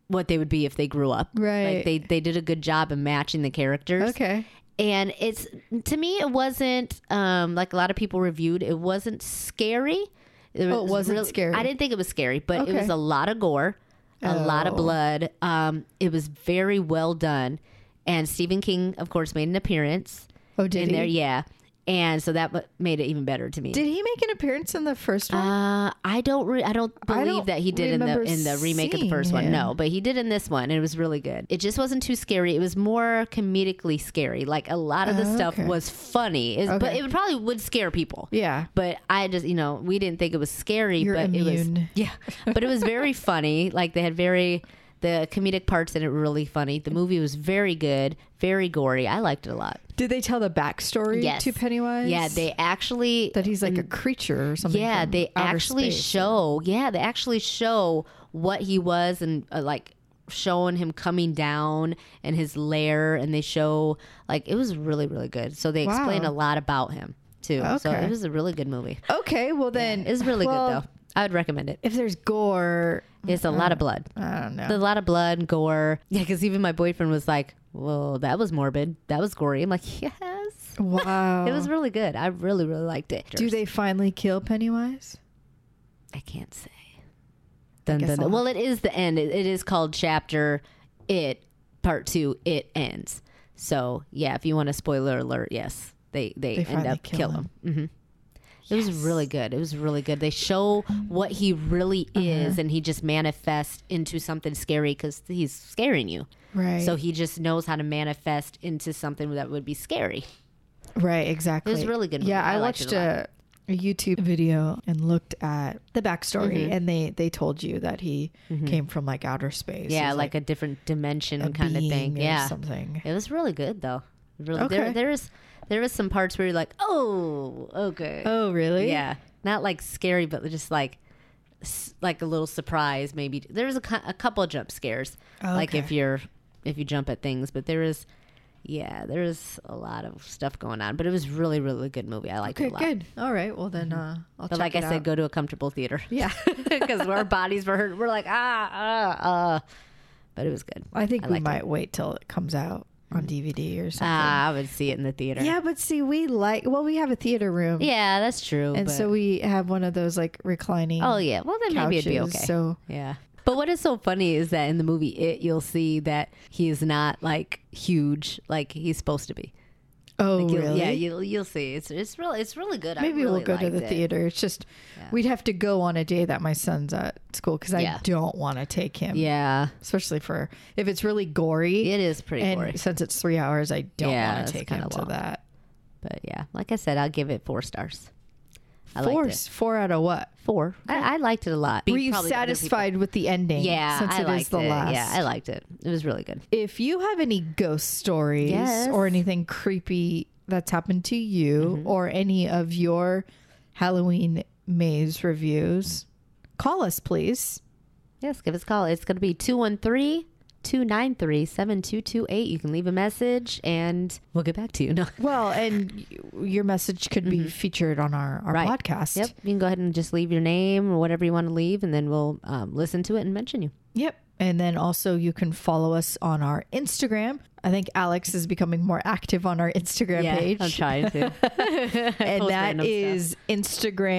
S1: what they would be if they grew up.
S2: Right.
S1: Like they they did a good job in matching the characters
S2: okay.
S1: and it's to me it wasn't um like a lot of people reviewed it wasn't scary it,
S2: Oh, it wasn't scary.
S1: i didn't think it was scary but it was
S2: Okay.
S1: a lot of gore a lot of
S2: Oh.
S1: blood um it was very well done and stephen king of course made an appearance
S2: Oh, did
S1: in
S2: he?
S1: there yeah and so that wa- made it even better to me
S2: Did he make an appearance in the first one?
S1: uh, I don't. Re- I don't
S2: I
S1: believe
S2: don't
S1: that he did in the
S2: remember
S1: in the remake of the
S2: seeing
S1: first one.
S2: him.
S1: No, but he did in this one. And it was really good. It just wasn't too scary. It was more comedically scary. Like a lot of the
S2: Oh,
S1: stuff
S2: okay.
S1: was funny, It's- but
S2: Okay.
S1: it would probably would scare people.
S2: yeah.
S1: But I just, you know, we didn't think it was scary,
S2: You're
S1: but it was
S2: immune.
S1: yeah. But it was very funny. Like they had very the comedic parts in it were really funny. The movie was very good, very gory. I liked it a lot.
S2: Did they tell the backstory
S1: Yes.
S2: to Pennywise?
S1: Yeah, they actually
S2: that he's like a creature or something.
S1: yeah
S2: from
S1: they
S2: outer
S1: actually
S2: space.
S1: show yeah they actually show what he was and uh, like showing him coming down and his lair and they show like it was really really good so they explain
S2: Wow.
S1: a lot about him too so
S2: Okay.
S1: it was a really good movie
S2: Okay, well then
S1: it's really
S2: well,
S1: good though i would recommend it
S2: If there's gore,
S1: it's a lot of blood
S2: I don't know.
S1: a lot of blood and gore yeah because even my boyfriend was like whoa that was morbid that was gory i'm like yes
S2: Wow.
S1: it was really good i really really liked it
S2: Oh. Do they finally kill Pennywise?
S1: I can't say. Dun,
S2: guess
S1: dun, dun.
S2: I'll-
S1: Well, it is the end. It, it is called chapter it part two. It ends. So yeah, if you want a spoiler alert, yes, they they,
S2: They
S1: end
S2: finally
S1: up
S2: kill
S1: kill him. hmm It was really good. It was really good. They show what he really
S2: Uh-huh.
S1: is, and he just manifests into something scary because he's scaring you.
S2: Right.
S1: So he just knows how to manifest into something that would be scary.
S2: right, exactly.
S1: really good
S2: Yeah,
S1: movie. I
S2: I,
S1: liked
S2: watched
S1: it a
S2: a, a YouTube video and looked at the backstory,
S1: Mm-hmm.
S2: and they they told you that he came from like outer space.
S1: Yeah,
S2: He's,
S1: like, a different dimension
S2: a
S1: kind of
S2: being
S1: thing.
S2: or
S1: Yeah.
S2: something.
S1: It was really good though. Really, there
S2: Okay.
S1: there is there was some parts where you're like, oh, okay,
S2: Oh, really?
S1: yeah, not like scary, but just like s- like a little surprise. Maybe there was a, cou- a couple jump scares, like
S2: Oh, Okay.
S1: if you're if you jump at things, but there is. yeah, there's a lot of stuff going on, but it was really, really good movie. I liked
S2: Okay,
S1: it a lot. Mm-hmm.
S2: good. All right. Well, then uh, I'll
S1: But
S2: check
S1: like I
S2: it
S1: said,
S2: out.
S1: go to a comfortable theater.
S2: Yeah.
S1: because our bodies were hurt. We're like ah ah ah. But it was good.
S2: I think we
S1: liked it. Mm-hmm.
S2: might wait till it comes out on DVD or something.
S1: Ah, I would see it in the theater.
S2: yeah, but see, we like well, we have a theater room,
S1: Yeah, that's true.
S2: and
S1: but-
S2: so we have one of those like reclining.
S1: oh yeah, well then maybe it'd be
S2: couches,
S1: okay.
S2: So
S1: Yeah. But what is so funny is that in the movie It, you'll see that he is not like huge like he's supposed to be.
S2: oh
S1: Like, you'll-
S2: really?
S1: Yeah, you'll you'll see. It's it's really it's really good. I
S2: Maybe
S1: really
S2: we'll go to
S1: liked
S2: the
S1: it.
S2: theater. It's just we'd have to go on a day that my son's at school because
S1: Yeah.
S2: I don't want to take him,
S1: Yeah,
S2: especially for if it's really gory.
S1: it is pretty
S2: and
S1: gory.
S2: since it's three hours, I don't
S1: Yeah,
S2: want
S1: it's
S2: to take
S1: kinda
S2: him to
S1: long.
S2: that.
S1: But yeah, like I said, I'll give it four stars. I
S2: four,
S1: liked it.
S2: four out of what?
S1: Four. I, I liked it a lot.
S2: Were you
S1: Probably other people-
S2: satisfied with the ending?
S1: Yeah,
S2: since
S1: I
S2: it is
S1: liked
S2: the
S1: it.
S2: last.
S1: Yeah, I liked it. It was really good.
S2: if you have any ghost stories
S1: Yes. Mm-hmm.
S2: or anything creepy that's happened to you or any of your Halloween maze reviews, call us, please.
S1: Yes, give us a call. It's going to be 213 293 7228. You can leave a message and we'll get back to you. No.
S2: Well, and y- your message could be featured on our,
S1: Mm-hmm.
S2: our
S1: Right.
S2: podcast.
S1: Yep. You can go ahead and just leave your name or whatever you want to leave, and then we'll um, listen to it and mention you.
S2: Yep. And then also you can follow us on our Instagram. I think Alex is becoming more active on our Instagram page.
S1: I'm trying to.
S2: and
S1: Post
S2: that
S1: random stuff.
S2: is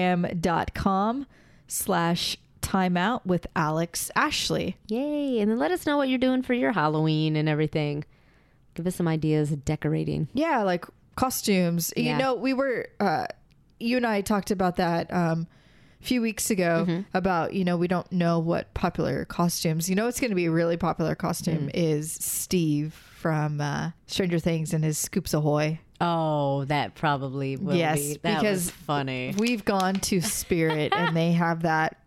S2: instagram.com slash timeout with Alex Ashley.
S1: Yay. And then let us know what you're doing for your Halloween and everything. Give us some ideas of decorating.
S2: Yeah, like costumes.
S1: Yeah.
S2: You know, we were uh you and I talked about that um a few weeks ago about, you know, we don't know what popular costumes. You know what's gonna be a really popular costume is Steve from uh Stranger Things and his Scoops Ahoy.
S1: Oh, that probably will
S2: Yes, because
S1: funny.
S2: We've gone to Spirit and they have that.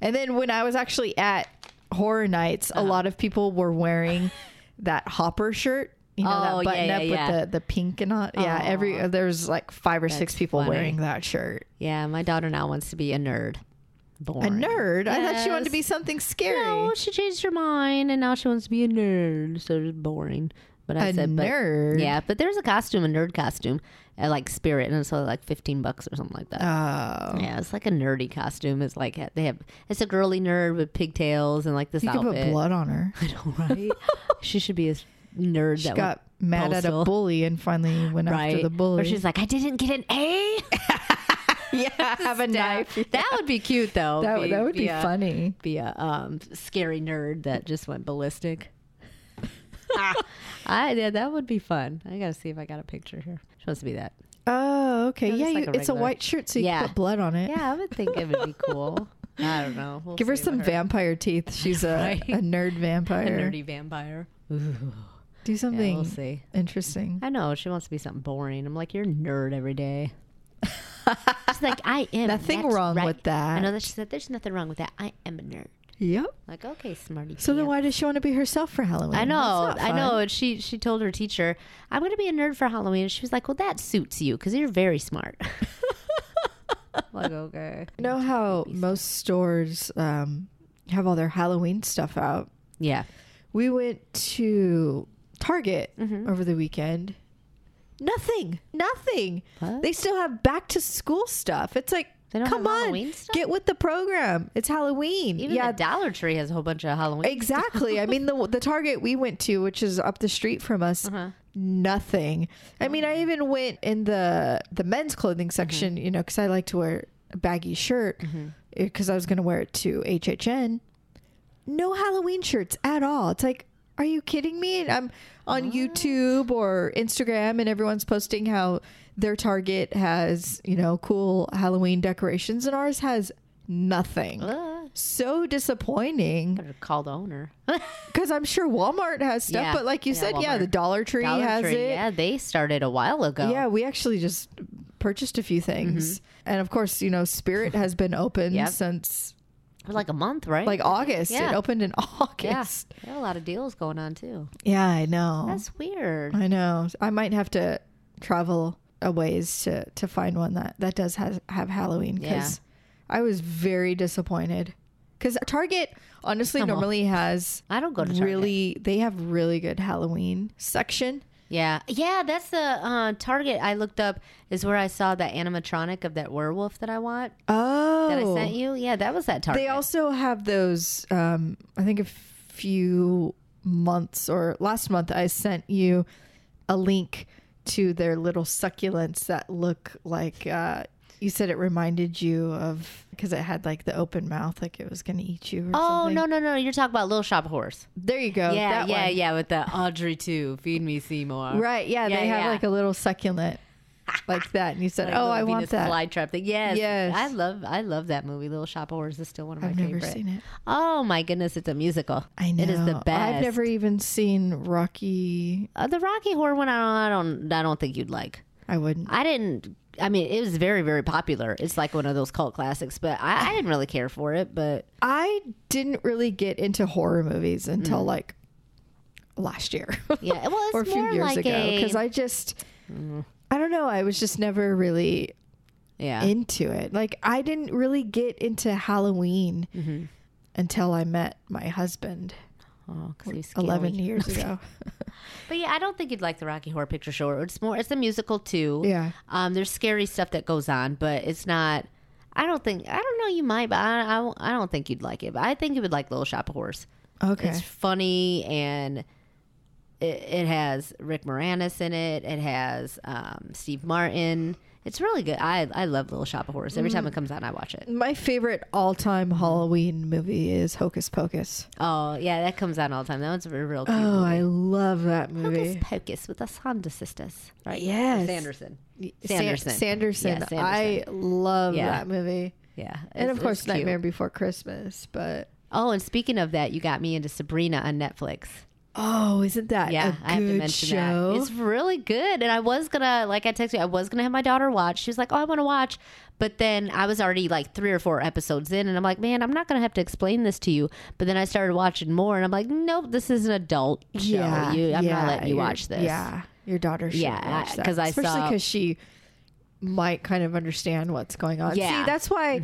S2: And then when I was actually at Horror Nights,
S1: Uh-huh.
S2: a lot of people were wearing that Hopper shirt. You know
S1: Oh,
S2: that
S1: yeah,
S2: button up
S1: yeah,
S2: with
S1: yeah.
S2: the, the pink and all. Yeah, every there's like five or six people
S1: funny.
S2: wearing that shirt.
S1: Yeah, my daughter now wants to be a nerd.
S2: A
S1: Boring.
S2: nerd. I thought she wanted to
S1: Yes.
S2: be something scary.
S1: No, she changed her mind, and now she wants to be a nerd. So it's boring. But I
S2: a
S1: said, but
S2: nerd.
S1: yeah, but there's a costume, a nerd costume, at like Spirit, and it's only like fifteen bucks or something like that.
S2: Oh.
S1: yeah, it's like a nerdy costume. It's like they have it's a girly nerd with pigtails and like this
S2: You could
S1: outfit.
S2: put blood on her.
S1: I know, right? she should be a nerd
S2: She
S1: that
S2: got mad at
S1: postal.
S2: a bully and finally went
S1: would,
S2: after
S1: right?
S2: the bully.
S1: Or she's like, I didn't get an A.
S2: yeah, have a knife.
S1: That would be cute though.
S2: That,
S1: Be-
S2: that would be
S1: a-
S2: funny.
S1: be a um, scary nerd that just went ballistic.
S2: Ah.
S1: I yeah, that would be fun. I gotta see if I got a picture here. She wants to be that.
S2: Oh, okay.
S1: No,
S2: yeah,
S1: just like
S2: you,
S1: a
S2: it's a
S1: regular-
S2: white shirt, so you
S1: Yeah.
S2: can put blood on it.
S1: Yeah, I would think it would be cool. I don't know. We'll
S2: Give her
S1: see with
S2: some vampire teeth. She's a,
S1: Right.
S2: a nerd
S1: A
S2: vampire.
S1: nerdy vampire. Ooh.
S2: Do
S1: Yeah,
S2: something
S1: we'll see.
S2: interesting.
S1: I know she wants to be something boring. I'm like, you're a nerd every day. She's like, I am.
S2: Nothing
S1: That's
S2: wrong
S1: right."
S2: with that.
S1: I know that she said there's nothing wrong with that. I am a nerd.
S2: Yep.
S1: Like, okay, smarty.
S2: So then
S1: pants.
S2: why does she want to be herself for Halloween?
S1: I
S2: That's
S1: know,
S2: not
S1: I
S2: fun.
S1: know. And she she told her teacher, "I'm going to be a nerd for Halloween." And she was like, "Well, that suits you because you're very smart." like, okay,
S2: You know how most stores um, have all their Halloween stuff out?
S1: yeah.
S2: We went to Target
S1: Mm-hmm.
S2: over the weekend. Nothing. Nothing.
S1: What?
S2: They still have back to school stuff. It's like,
S1: They don't
S2: come
S1: have
S2: on,
S1: Halloween stuff?
S2: get with the program. It's Halloween.
S1: Even
S2: yeah,
S1: the Dollar Tree has a whole bunch of Halloween.
S2: exactly. I mean, the the Target we went to, which is up the street from us,
S1: Uh-huh.
S2: nothing. I mean, I even went in the the men's clothing section, you know, because I like to wear a baggy shirt because I was going to wear it to HHN. No Halloween shirts at all. It's like, are you kidding me? And I'm on YouTube or Instagram, and everyone's posting how their Target has you know cool Halloween decorations, and ours has nothing.
S1: Ugh.
S2: So disappointing.
S1: Better call the owner.
S2: Because I'm sure Walmart has stuff,
S1: Yeah.
S2: but like you
S1: Yeah,
S2: said, yeah,
S1: Walmart.
S2: the Dollar Tree
S1: Dollar
S2: has
S1: Tree,
S2: it. Yeah.
S1: yeah, they started a while ago.
S2: we actually just purchased a few things, and of course, you know, Spirit has been open
S1: Mm-hmm. Yep.
S2: since
S1: for like a month, right?
S2: like August. It
S1: Yeah.
S2: opened in
S1: yeah,
S2: August.
S1: they had a lot of deals going on too.
S2: Yeah, I know.
S1: That's weird.
S2: I know. I might have to travel a ways to to find one that that does has, have Halloween because I was very disappointed. Because Target honestly
S1: Come on.
S2: normally has
S1: I don't go to Target.
S2: really they have really good Halloween section.
S1: Yeah, yeah, that's the uh, Target I looked up is where I saw that animatronic of that werewolf that I want
S2: Oh,
S1: that I sent you. Yeah, that was that Target.
S2: They also have those. Um, I think a few months or last month, I sent you a link to their little succulents that look like. Uh, you said it reminded you of because it had like the open mouth, like it was going to eat you. Or
S1: oh
S2: something.
S1: no no no! You're talking about Little Shop of Horrors.
S2: There you go.
S1: yeah
S2: that
S1: yeah
S2: one.
S1: yeah with the Audrey too. Feed me Seymour.
S2: Right. Yeah,
S1: Yeah,
S2: they have
S1: yeah.
S2: like a little succulent like that, and you said,
S1: Like
S2: "Oh,
S1: little
S2: I want
S1: Venus
S2: that."
S1: flytrap thing. Yes,
S2: Yes.
S1: I love I love that movie. Little Shop of Horrors is still one of my
S2: I've never
S1: favorite.
S2: seen it.
S1: Oh my goodness, it's a musical.
S2: I know.
S1: it is the best.
S2: I've never even seen Rocky.
S1: Uh, the Rocky Horror one. I don't, I don't I don't think you'd like.
S2: I wouldn't.
S1: I didn't. I mean, it was very, very popular. It's like one of those cult classics, but I, I didn't really care for it. But
S2: I didn't really get into horror movies until like last year.
S1: yeah, well, Mm. it's
S2: or a few
S1: more
S2: years
S1: like
S2: ago
S1: a Mm.
S2: because I just I don't know, I was just never really
S1: yeah,
S2: into it. Like I didn't really get into Halloween
S1: Mm-hmm.
S2: until I met my husband
S1: oh, 'cause he's scary.
S2: 11 years ago.
S1: But yeah, I don't think you'd like the Rocky Horror Picture Show. It's more, it's a musical too.
S2: Yeah.
S1: Um, there's scary stuff that goes on, but it's not. I don't think. I don't know. You might, but I, I, I don't think you'd like it. But I think you would like Little Shop of Horrors.
S2: Okay.
S1: It's funny and it, it has Rick Moranis in it. It has um, Steve Martin. It's really good. I, I love Little Shop of Horrors. Every
S2: Mm.
S1: time it comes on, I watch it.
S2: My favorite all-time Halloween movie is Hocus Pocus.
S1: Oh, yeah, that comes on all the time. That one's a real cute.
S2: Oh, I love that
S1: Hocus
S2: movie.
S1: Pocus with the Honda sisters. Right?
S2: Yes.
S1: Sanderson.
S2: San-
S1: Sanderson.
S2: Sanderson.
S1: Yeah, Sanderson.
S2: I love
S1: Yeah.
S2: that movie.
S1: Yeah.
S2: and
S1: it's-
S2: of course
S1: it's cute.
S2: Nightmare Before Christmas, but
S1: Oh, and speaking of that, you got me into Sabrina on Netflix.
S2: oh, isn't that
S1: Yeah,
S2: a
S1: I have to
S2: good
S1: mention
S2: show?
S1: that. It's really good. And I was gonna like I texted you, I was gonna have my daughter watch. She was like, Oh, I wanna watch. But then I was already like three or four episodes in and I'm like, Man, I'm not gonna have to explain this to you. But then I started watching more and I'm like, Nope, this is an adult show. You, I'm
S2: yeah,
S1: not letting you
S2: your-
S1: watch this.
S2: Yeah, your daughter should
S1: Yeah,
S2: watch that
S1: 'cause I
S2: especially
S1: saw-
S2: because she might kind of understand what's going on.
S1: Yeah. Mm-hmm.
S2: See, that's why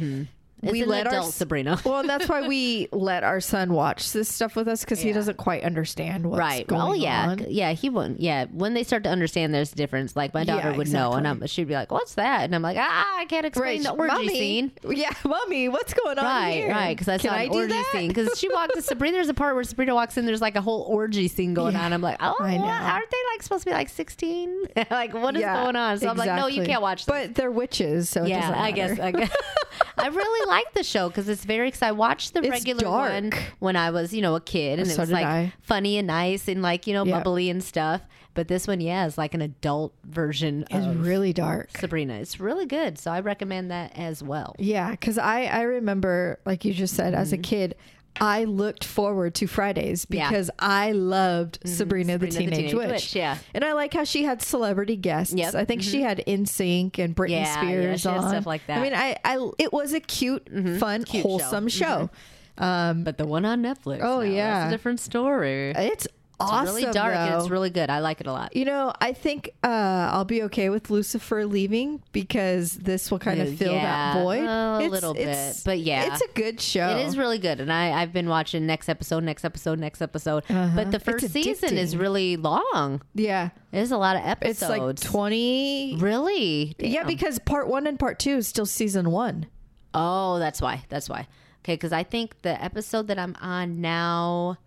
S1: It's
S2: we
S1: an
S2: let
S1: adult
S2: our
S1: Sabrina.
S2: well, and that's why we let our son watch this stuff with us because he doesn't quite understand what's
S1: Right.
S2: going
S1: oh yeah.
S2: on.
S1: Yeah, he wouldn't yeah. When they start to understand there's a difference, like my
S2: Yeah,
S1: daughter would know and I'm, she'd be like, What's that? And I'm like, Ah, I can't explain the orgy
S2: Mommy,
S1: scene.
S2: Yeah, mommy, what's going on?
S1: Right,
S2: here?
S1: right. Because I
S2: Can
S1: saw
S2: I
S1: an
S2: do
S1: orgy
S2: that?
S1: scene. Because she walked to Sabrina. There's a part where Sabrina walks in. There's like a whole orgy scene going
S2: Yeah,
S1: on. I'm like, oh,
S2: I know.
S1: what? aren't they like supposed to be like 16? like, what is
S2: Yeah,
S1: going on? So I'm like, no, you
S2: exactly.
S1: can't watch this.
S2: But they're witches, so it
S1: yeah,
S2: doesn't
S1: I guess.
S2: matter.
S1: I guess. I really like the show because it's very. Because I watched the
S2: It's
S1: regular
S2: dark.
S1: one when I was, you know, a kid, and
S2: So
S1: it was
S2: did
S1: like
S2: I.
S1: funny and nice and like you know
S2: Yeah.
S1: bubbly and stuff. But this one, yeah, is like an adult version
S2: It's
S1: of
S2: really dark.
S1: Sabrina. It's really good, so I recommend that as well.
S2: Yeah, because I I remember, like you just said, as a kid, I looked forward to Fridays
S1: Mm-hmm. Yeah. Mm-hmm.
S2: because I loved Sabrina, the,
S1: Sabrina
S2: Teenage
S1: the Teenage
S2: Witch.
S1: Witch, yeah.
S2: and I like how she had celebrity guests.
S1: Yep. mm-hmm.
S2: I think she had In Sync and Britney
S1: Yeah, yeah,
S2: Spears
S1: she had
S2: on
S1: stuff like that. Mm-hmm.
S2: I mean, I I it was a cute, fun,
S1: Cute show. Mm-hmm.
S2: wholesome show.
S1: But the one on Netflix,
S2: Oh,
S1: now, that's
S2: yeah.
S1: a different story.
S2: It's
S1: It's
S2: awesome.
S1: really dark and
S2: though.
S1: it's really good. I like it a lot.
S2: You know, I think uh, I'll be okay with Lucifer leaving because this will kind
S1: Ooh,
S2: of fill
S1: yeah,
S2: that void
S1: a little bit, but yeah.
S2: it's a good show.
S1: It is really good, and I, I've been watching next episode, next episode, next episode. But the
S2: Uh-huh. It's
S1: first season is
S2: addicting.
S1: really long.
S2: yeah,
S1: There's a lot of
S2: it's
S1: episodes.
S2: like twenty.
S1: really.
S2: Yeah,
S1: Damn.
S2: because part one and part two is still season one.
S1: oh, that's why. That's why. Okay, because I think the episode that I'm on now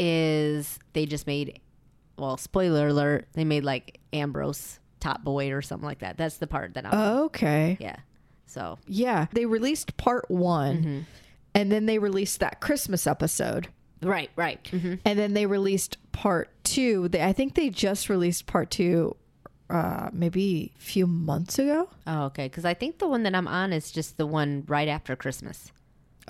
S1: is they just made. Well, spoiler alert! They made like Ambrose top boy or something like that. That's the part that I'm.
S2: Oh. Okay.
S1: yeah. So
S2: Yeah, they released part one,
S1: Mm-hmm.
S2: and then they released that Christmas episode,
S1: right, right. Mhm.
S2: and then they released part two. They, I think they just released part two, uh, maybe a few months ago.
S1: Oh, okay. Because I think the one that I'm on is just the one right after Christmas,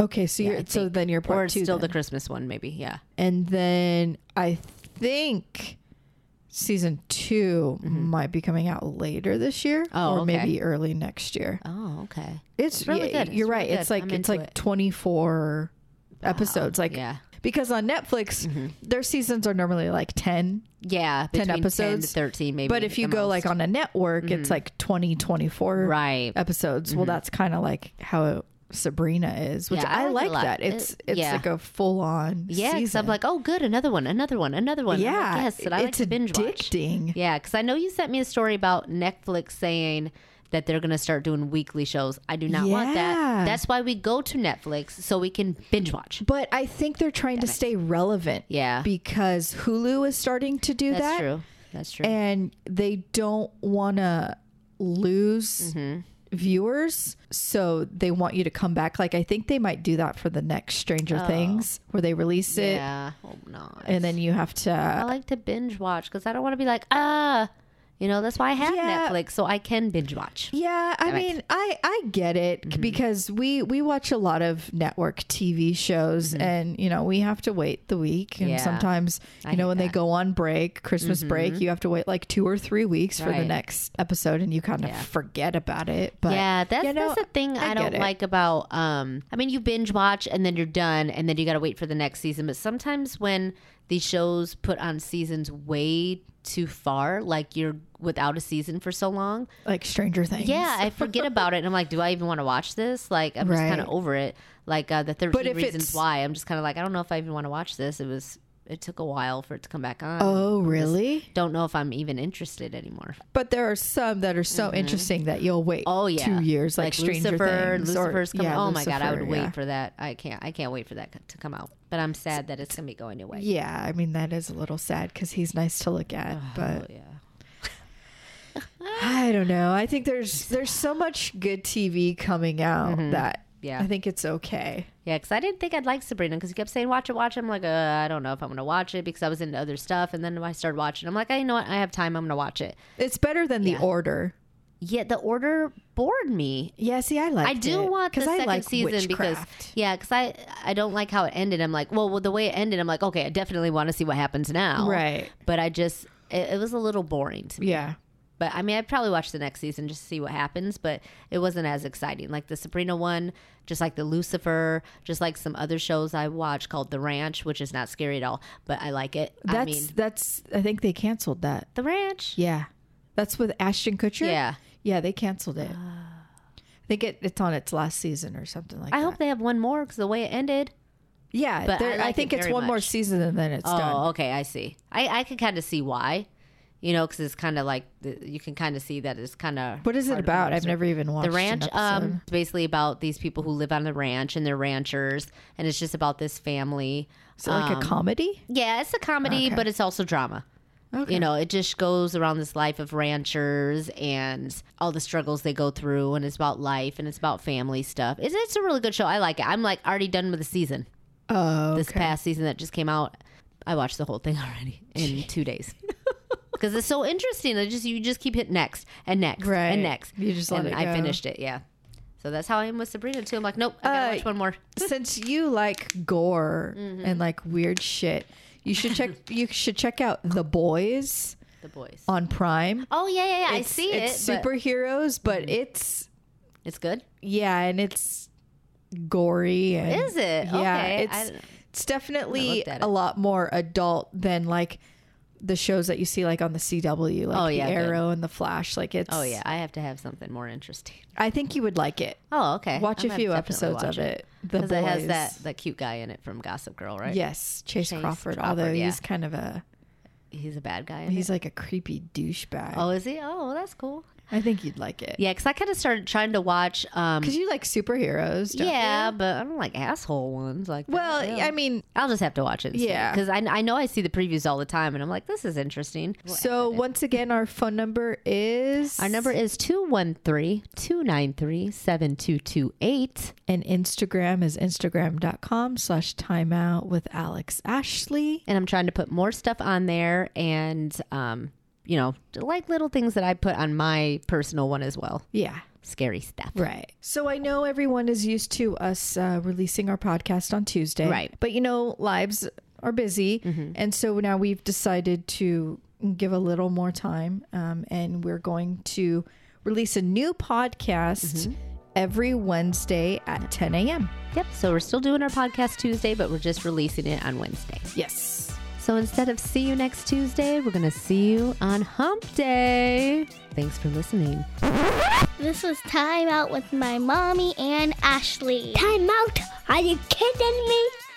S2: Okay, so
S1: I
S2: you're, so
S1: think.
S2: then you're part
S1: or it's
S2: two,
S1: still
S2: then.
S1: the Christmas one, maybe. Yeah.
S2: and then I think season 2 might be coming out later this year,
S1: Mm-hmm. Oh,
S2: or
S1: okay.
S2: maybe early next year.
S1: Oh, okay.
S2: It's,
S1: really
S2: yeah,
S1: good.
S2: You're
S1: It's
S2: right.
S1: really
S2: It's
S1: good.
S2: like
S1: I'm
S2: it's
S1: into
S2: like
S1: it.
S2: 24 episodes. Like
S1: Yeah. Mm-hmm.
S2: because on Netflix, their seasons are normally like 10.
S1: Yeah, between 10
S2: episodes.
S1: to thirteen, maybe.
S2: But if you
S1: the
S2: go
S1: most. Mm-hmm.
S2: like on a network, it's like 20, 24
S1: right, Mm-hmm.
S2: episodes. Well, that's kind of like how Sabrina is, which
S1: Yeah, I
S2: I,
S1: like
S2: like
S1: it a lot.
S2: that. It's
S1: It-
S2: it's
S1: yeah.
S2: like a full on
S1: Yeah, because
S2: season.
S1: I'm like, oh, good, another one, another one, another one. I'm like,
S2: yeah,
S1: yes, and I like
S2: it's
S1: to binge watch.
S2: addicting.
S1: Yeah, because I know you sent me a story about Netflix saying that they're going to start doing weekly shows. I do not want that.
S2: Yeah.
S1: That's why we go to Netflix so we can binge watch.
S2: But I think they're trying to stay relevant.
S1: Yeah.
S2: because Hulu is starting to do
S1: That's
S2: that,
S1: true. That's true.
S2: and they don't want to lose.
S1: Mm-hmm.
S2: Viewers, so they want you to come back. Like, I think they might do that for the next
S1: Oh.
S2: Stranger Things where they release it
S1: yeah. Hope not.
S2: and then you have to
S1: I like to binge watch because I don't want to be like, ah, you know, that's why I have
S2: Yeah.
S1: Netflix so I can binge watch.
S2: Yeah, I
S1: makes- Mm-hmm.
S2: mean, I I get it c- because we we watch a lot of network TV shows, and you know we have to wait the week,
S1: Mm-hmm.
S2: and
S1: Yeah.
S2: sometimes you
S1: hate
S2: know when they
S1: that. Mm-hmm.
S2: go on break, Christmas break, you have to wait like two or three weeks for the
S1: Right.
S2: next episode, and you kind of forget about it. But
S1: yeah, that's
S2: you know,
S1: that's the thing I,
S2: get
S1: don't
S2: it.
S1: like about. Um, I mean, you binge watch and then you're done, and then you got to wait for the next season. But sometimes when these shows put on seasons way too far, like you're without a season for so long,
S2: like Stranger Things.
S1: yeah, I forget about it, and I'm like, do I even want to watch this? Like, I'm just kind of
S2: Right.
S1: over it. Like uh, the 13
S2: if
S1: Reasons
S2: it's-
S1: Why, I'm just kind of like, I don't know if I even want to watch this. It was. It took a while for it to come back on.
S2: Oh, really?
S1: don't know if I'm even interested anymore.
S2: But there are some that are so interesting that you'll wait.
S1: Mm-hmm. Oh yeah,
S2: two years like, Stranger
S1: Lucifer,
S2: Things. or-
S1: Lucifer's coming.
S2: yeah,
S1: oh my god, I would
S2: Lucifer,
S1: wait
S2: yeah.
S1: for that. I can't. I can't wait for that to come out. But I'm sad that it's gonna be going away.
S2: Yeah, I mean that is a little sad because he's nice to look at, but.
S1: Oh, yeah.
S2: I don't know. I think there's there's so much good TV coming out that
S1: Mm-hmm. Yeah.
S2: I think it's okay.
S1: Yeah, because I didn't think I'd like Sabrina because you kept saying watch it, watch it. I'm like, uh, I don't know if I'm gonna watch it because I was into other stuff, and then when I started watching. I'm like, I you know what, I have time. I'm gonna watch it.
S2: It's better than
S1: Yeah.
S2: the order.
S1: Yet the order bored me.
S2: Yeah, see, I like.
S1: I do want the second season because yeah, because I I don't like how it ended. I'm like, well, well, the way it ended, I'm like, okay, I definitely want to see what happens now.
S2: Right.
S1: But I just it, it was a little boring to me.
S2: yeah,
S1: But I mean, I'd probably watch the next season just to see what happens. But it wasn't as exciting. Like the Sabrina one, just like the Lucifer, just like some other shows I watch called The Ranch, which is not scary at all, but I like it.
S2: that's
S1: I mean,
S2: that's. I think they canceled that.
S1: The Ranch.
S2: Yeah, that's with Ashton Kutcher.
S1: Yeah. Uh.
S2: yeah, they canceled it. I think it, it's on its last season or something like
S1: I
S2: that.
S1: hope they have one more because the way it ended.
S2: yeah,
S1: but
S2: there-
S1: I
S2: I,
S1: like it
S2: think it's
S1: very
S2: one more
S1: much.
S2: season and then it's
S1: oh,
S2: done.
S1: okay, I see. I I can kind of see why, you know, because it's kind of like the, you can kind of see that it's kind of
S2: What is it about? I've never even watched
S1: the ranch
S2: An episode.
S1: um it's basically about these people who live on the ranch and they're ranchers and it's just about this family
S2: Is it
S1: um,
S2: like a comedy?
S1: yeah it's a comedy
S2: Okay.
S1: but it's also drama you know it just goes around this life of ranchers and all the struggles they go through and it's about life and it's about family stuff it's, it's a really good show i like it i'm like already done with the season
S2: Oh,
S1: this past season that just came out i watched the whole thing already in two days because it's so interesting i just you just keep hitting next and next
S2: Right.
S1: and next
S2: You just let
S1: and
S2: it
S1: i
S2: go.
S1: finished it yeah so that's how i am with sabrina too i'm like nope i gotta
S2: Uh,
S1: watch one more
S2: since you like gore
S1: Mm-hmm.
S2: and like weird shit, you should check you should check out The Boys
S1: the boys
S2: on Prime.
S1: oh yeah yeah, yeah. i
S2: It's-
S1: see
S2: it's
S1: it but Mm-hmm.
S2: superheroes, but it's
S1: it's good
S2: yeah, and it's gory and
S1: Is it?
S2: Yeah,
S1: Okay,
S2: it's
S1: I-
S2: it's definitely
S1: looked at it.
S2: a lot more adult than like the shows that you see like on the CW, like
S1: Oh,
S2: the
S1: yeah, good.
S2: Arrow and the Flash. Like it's
S1: oh yeah i have to have something more interesting
S2: I think you would like it.
S1: oh okay
S2: Watch
S1: I'm
S2: a
S1: gonna
S2: few
S1: definitely
S2: episodes
S1: watch
S2: of it. The
S1: because
S2: Boys
S1: it has that that cute guy in it from gossip girl right
S2: Yes, Chase,
S1: Chase
S2: Crawford.
S1: Crawford,
S2: although
S1: yeah.
S2: he's kind of a
S1: he's a bad guy in
S2: he's
S1: it.
S2: like a creepy douchebag.
S1: oh is he oh well, that's cool
S2: I think you'd like it.
S1: yeah because i kind of started trying to watch um
S2: Because you like superheroes, don't
S1: yeah,
S2: you?
S1: but I don't like asshole ones like that.
S2: Well,
S1: Yeah.
S2: I mean,
S1: I'll just have to watch it.
S2: Yeah.
S1: because I, I know I see the previews all the time, and I'm like, this is interesting.
S2: so once again, our phone number is
S1: Our number is 213-293-7228.
S2: and Instagram is Instagram.com slash timeout with Alex Ashley.
S1: And I'm trying to put more stuff on there and, um, you know, like little things that I put on my personal one as well.
S2: Yeah.
S1: Scary stuff.
S2: Right. So I know everyone is used to us uh, releasing our podcast on Tuesday.
S1: Right.
S2: But you know, lives are busy. And so now we've decided to give a little more time um, and we're going to release a new podcast every Wednesday at 10 a.m.
S1: Yep. So we're still doing our podcast Tuesday, but we're just releasing it on Wednesday.
S2: Yes.
S1: So instead of see you next Tuesday, we're going to see you on hump day. Thanks for listening.
S3: This was Time Out with my mommy and Ashley.
S4: Time out. Are you kidding me?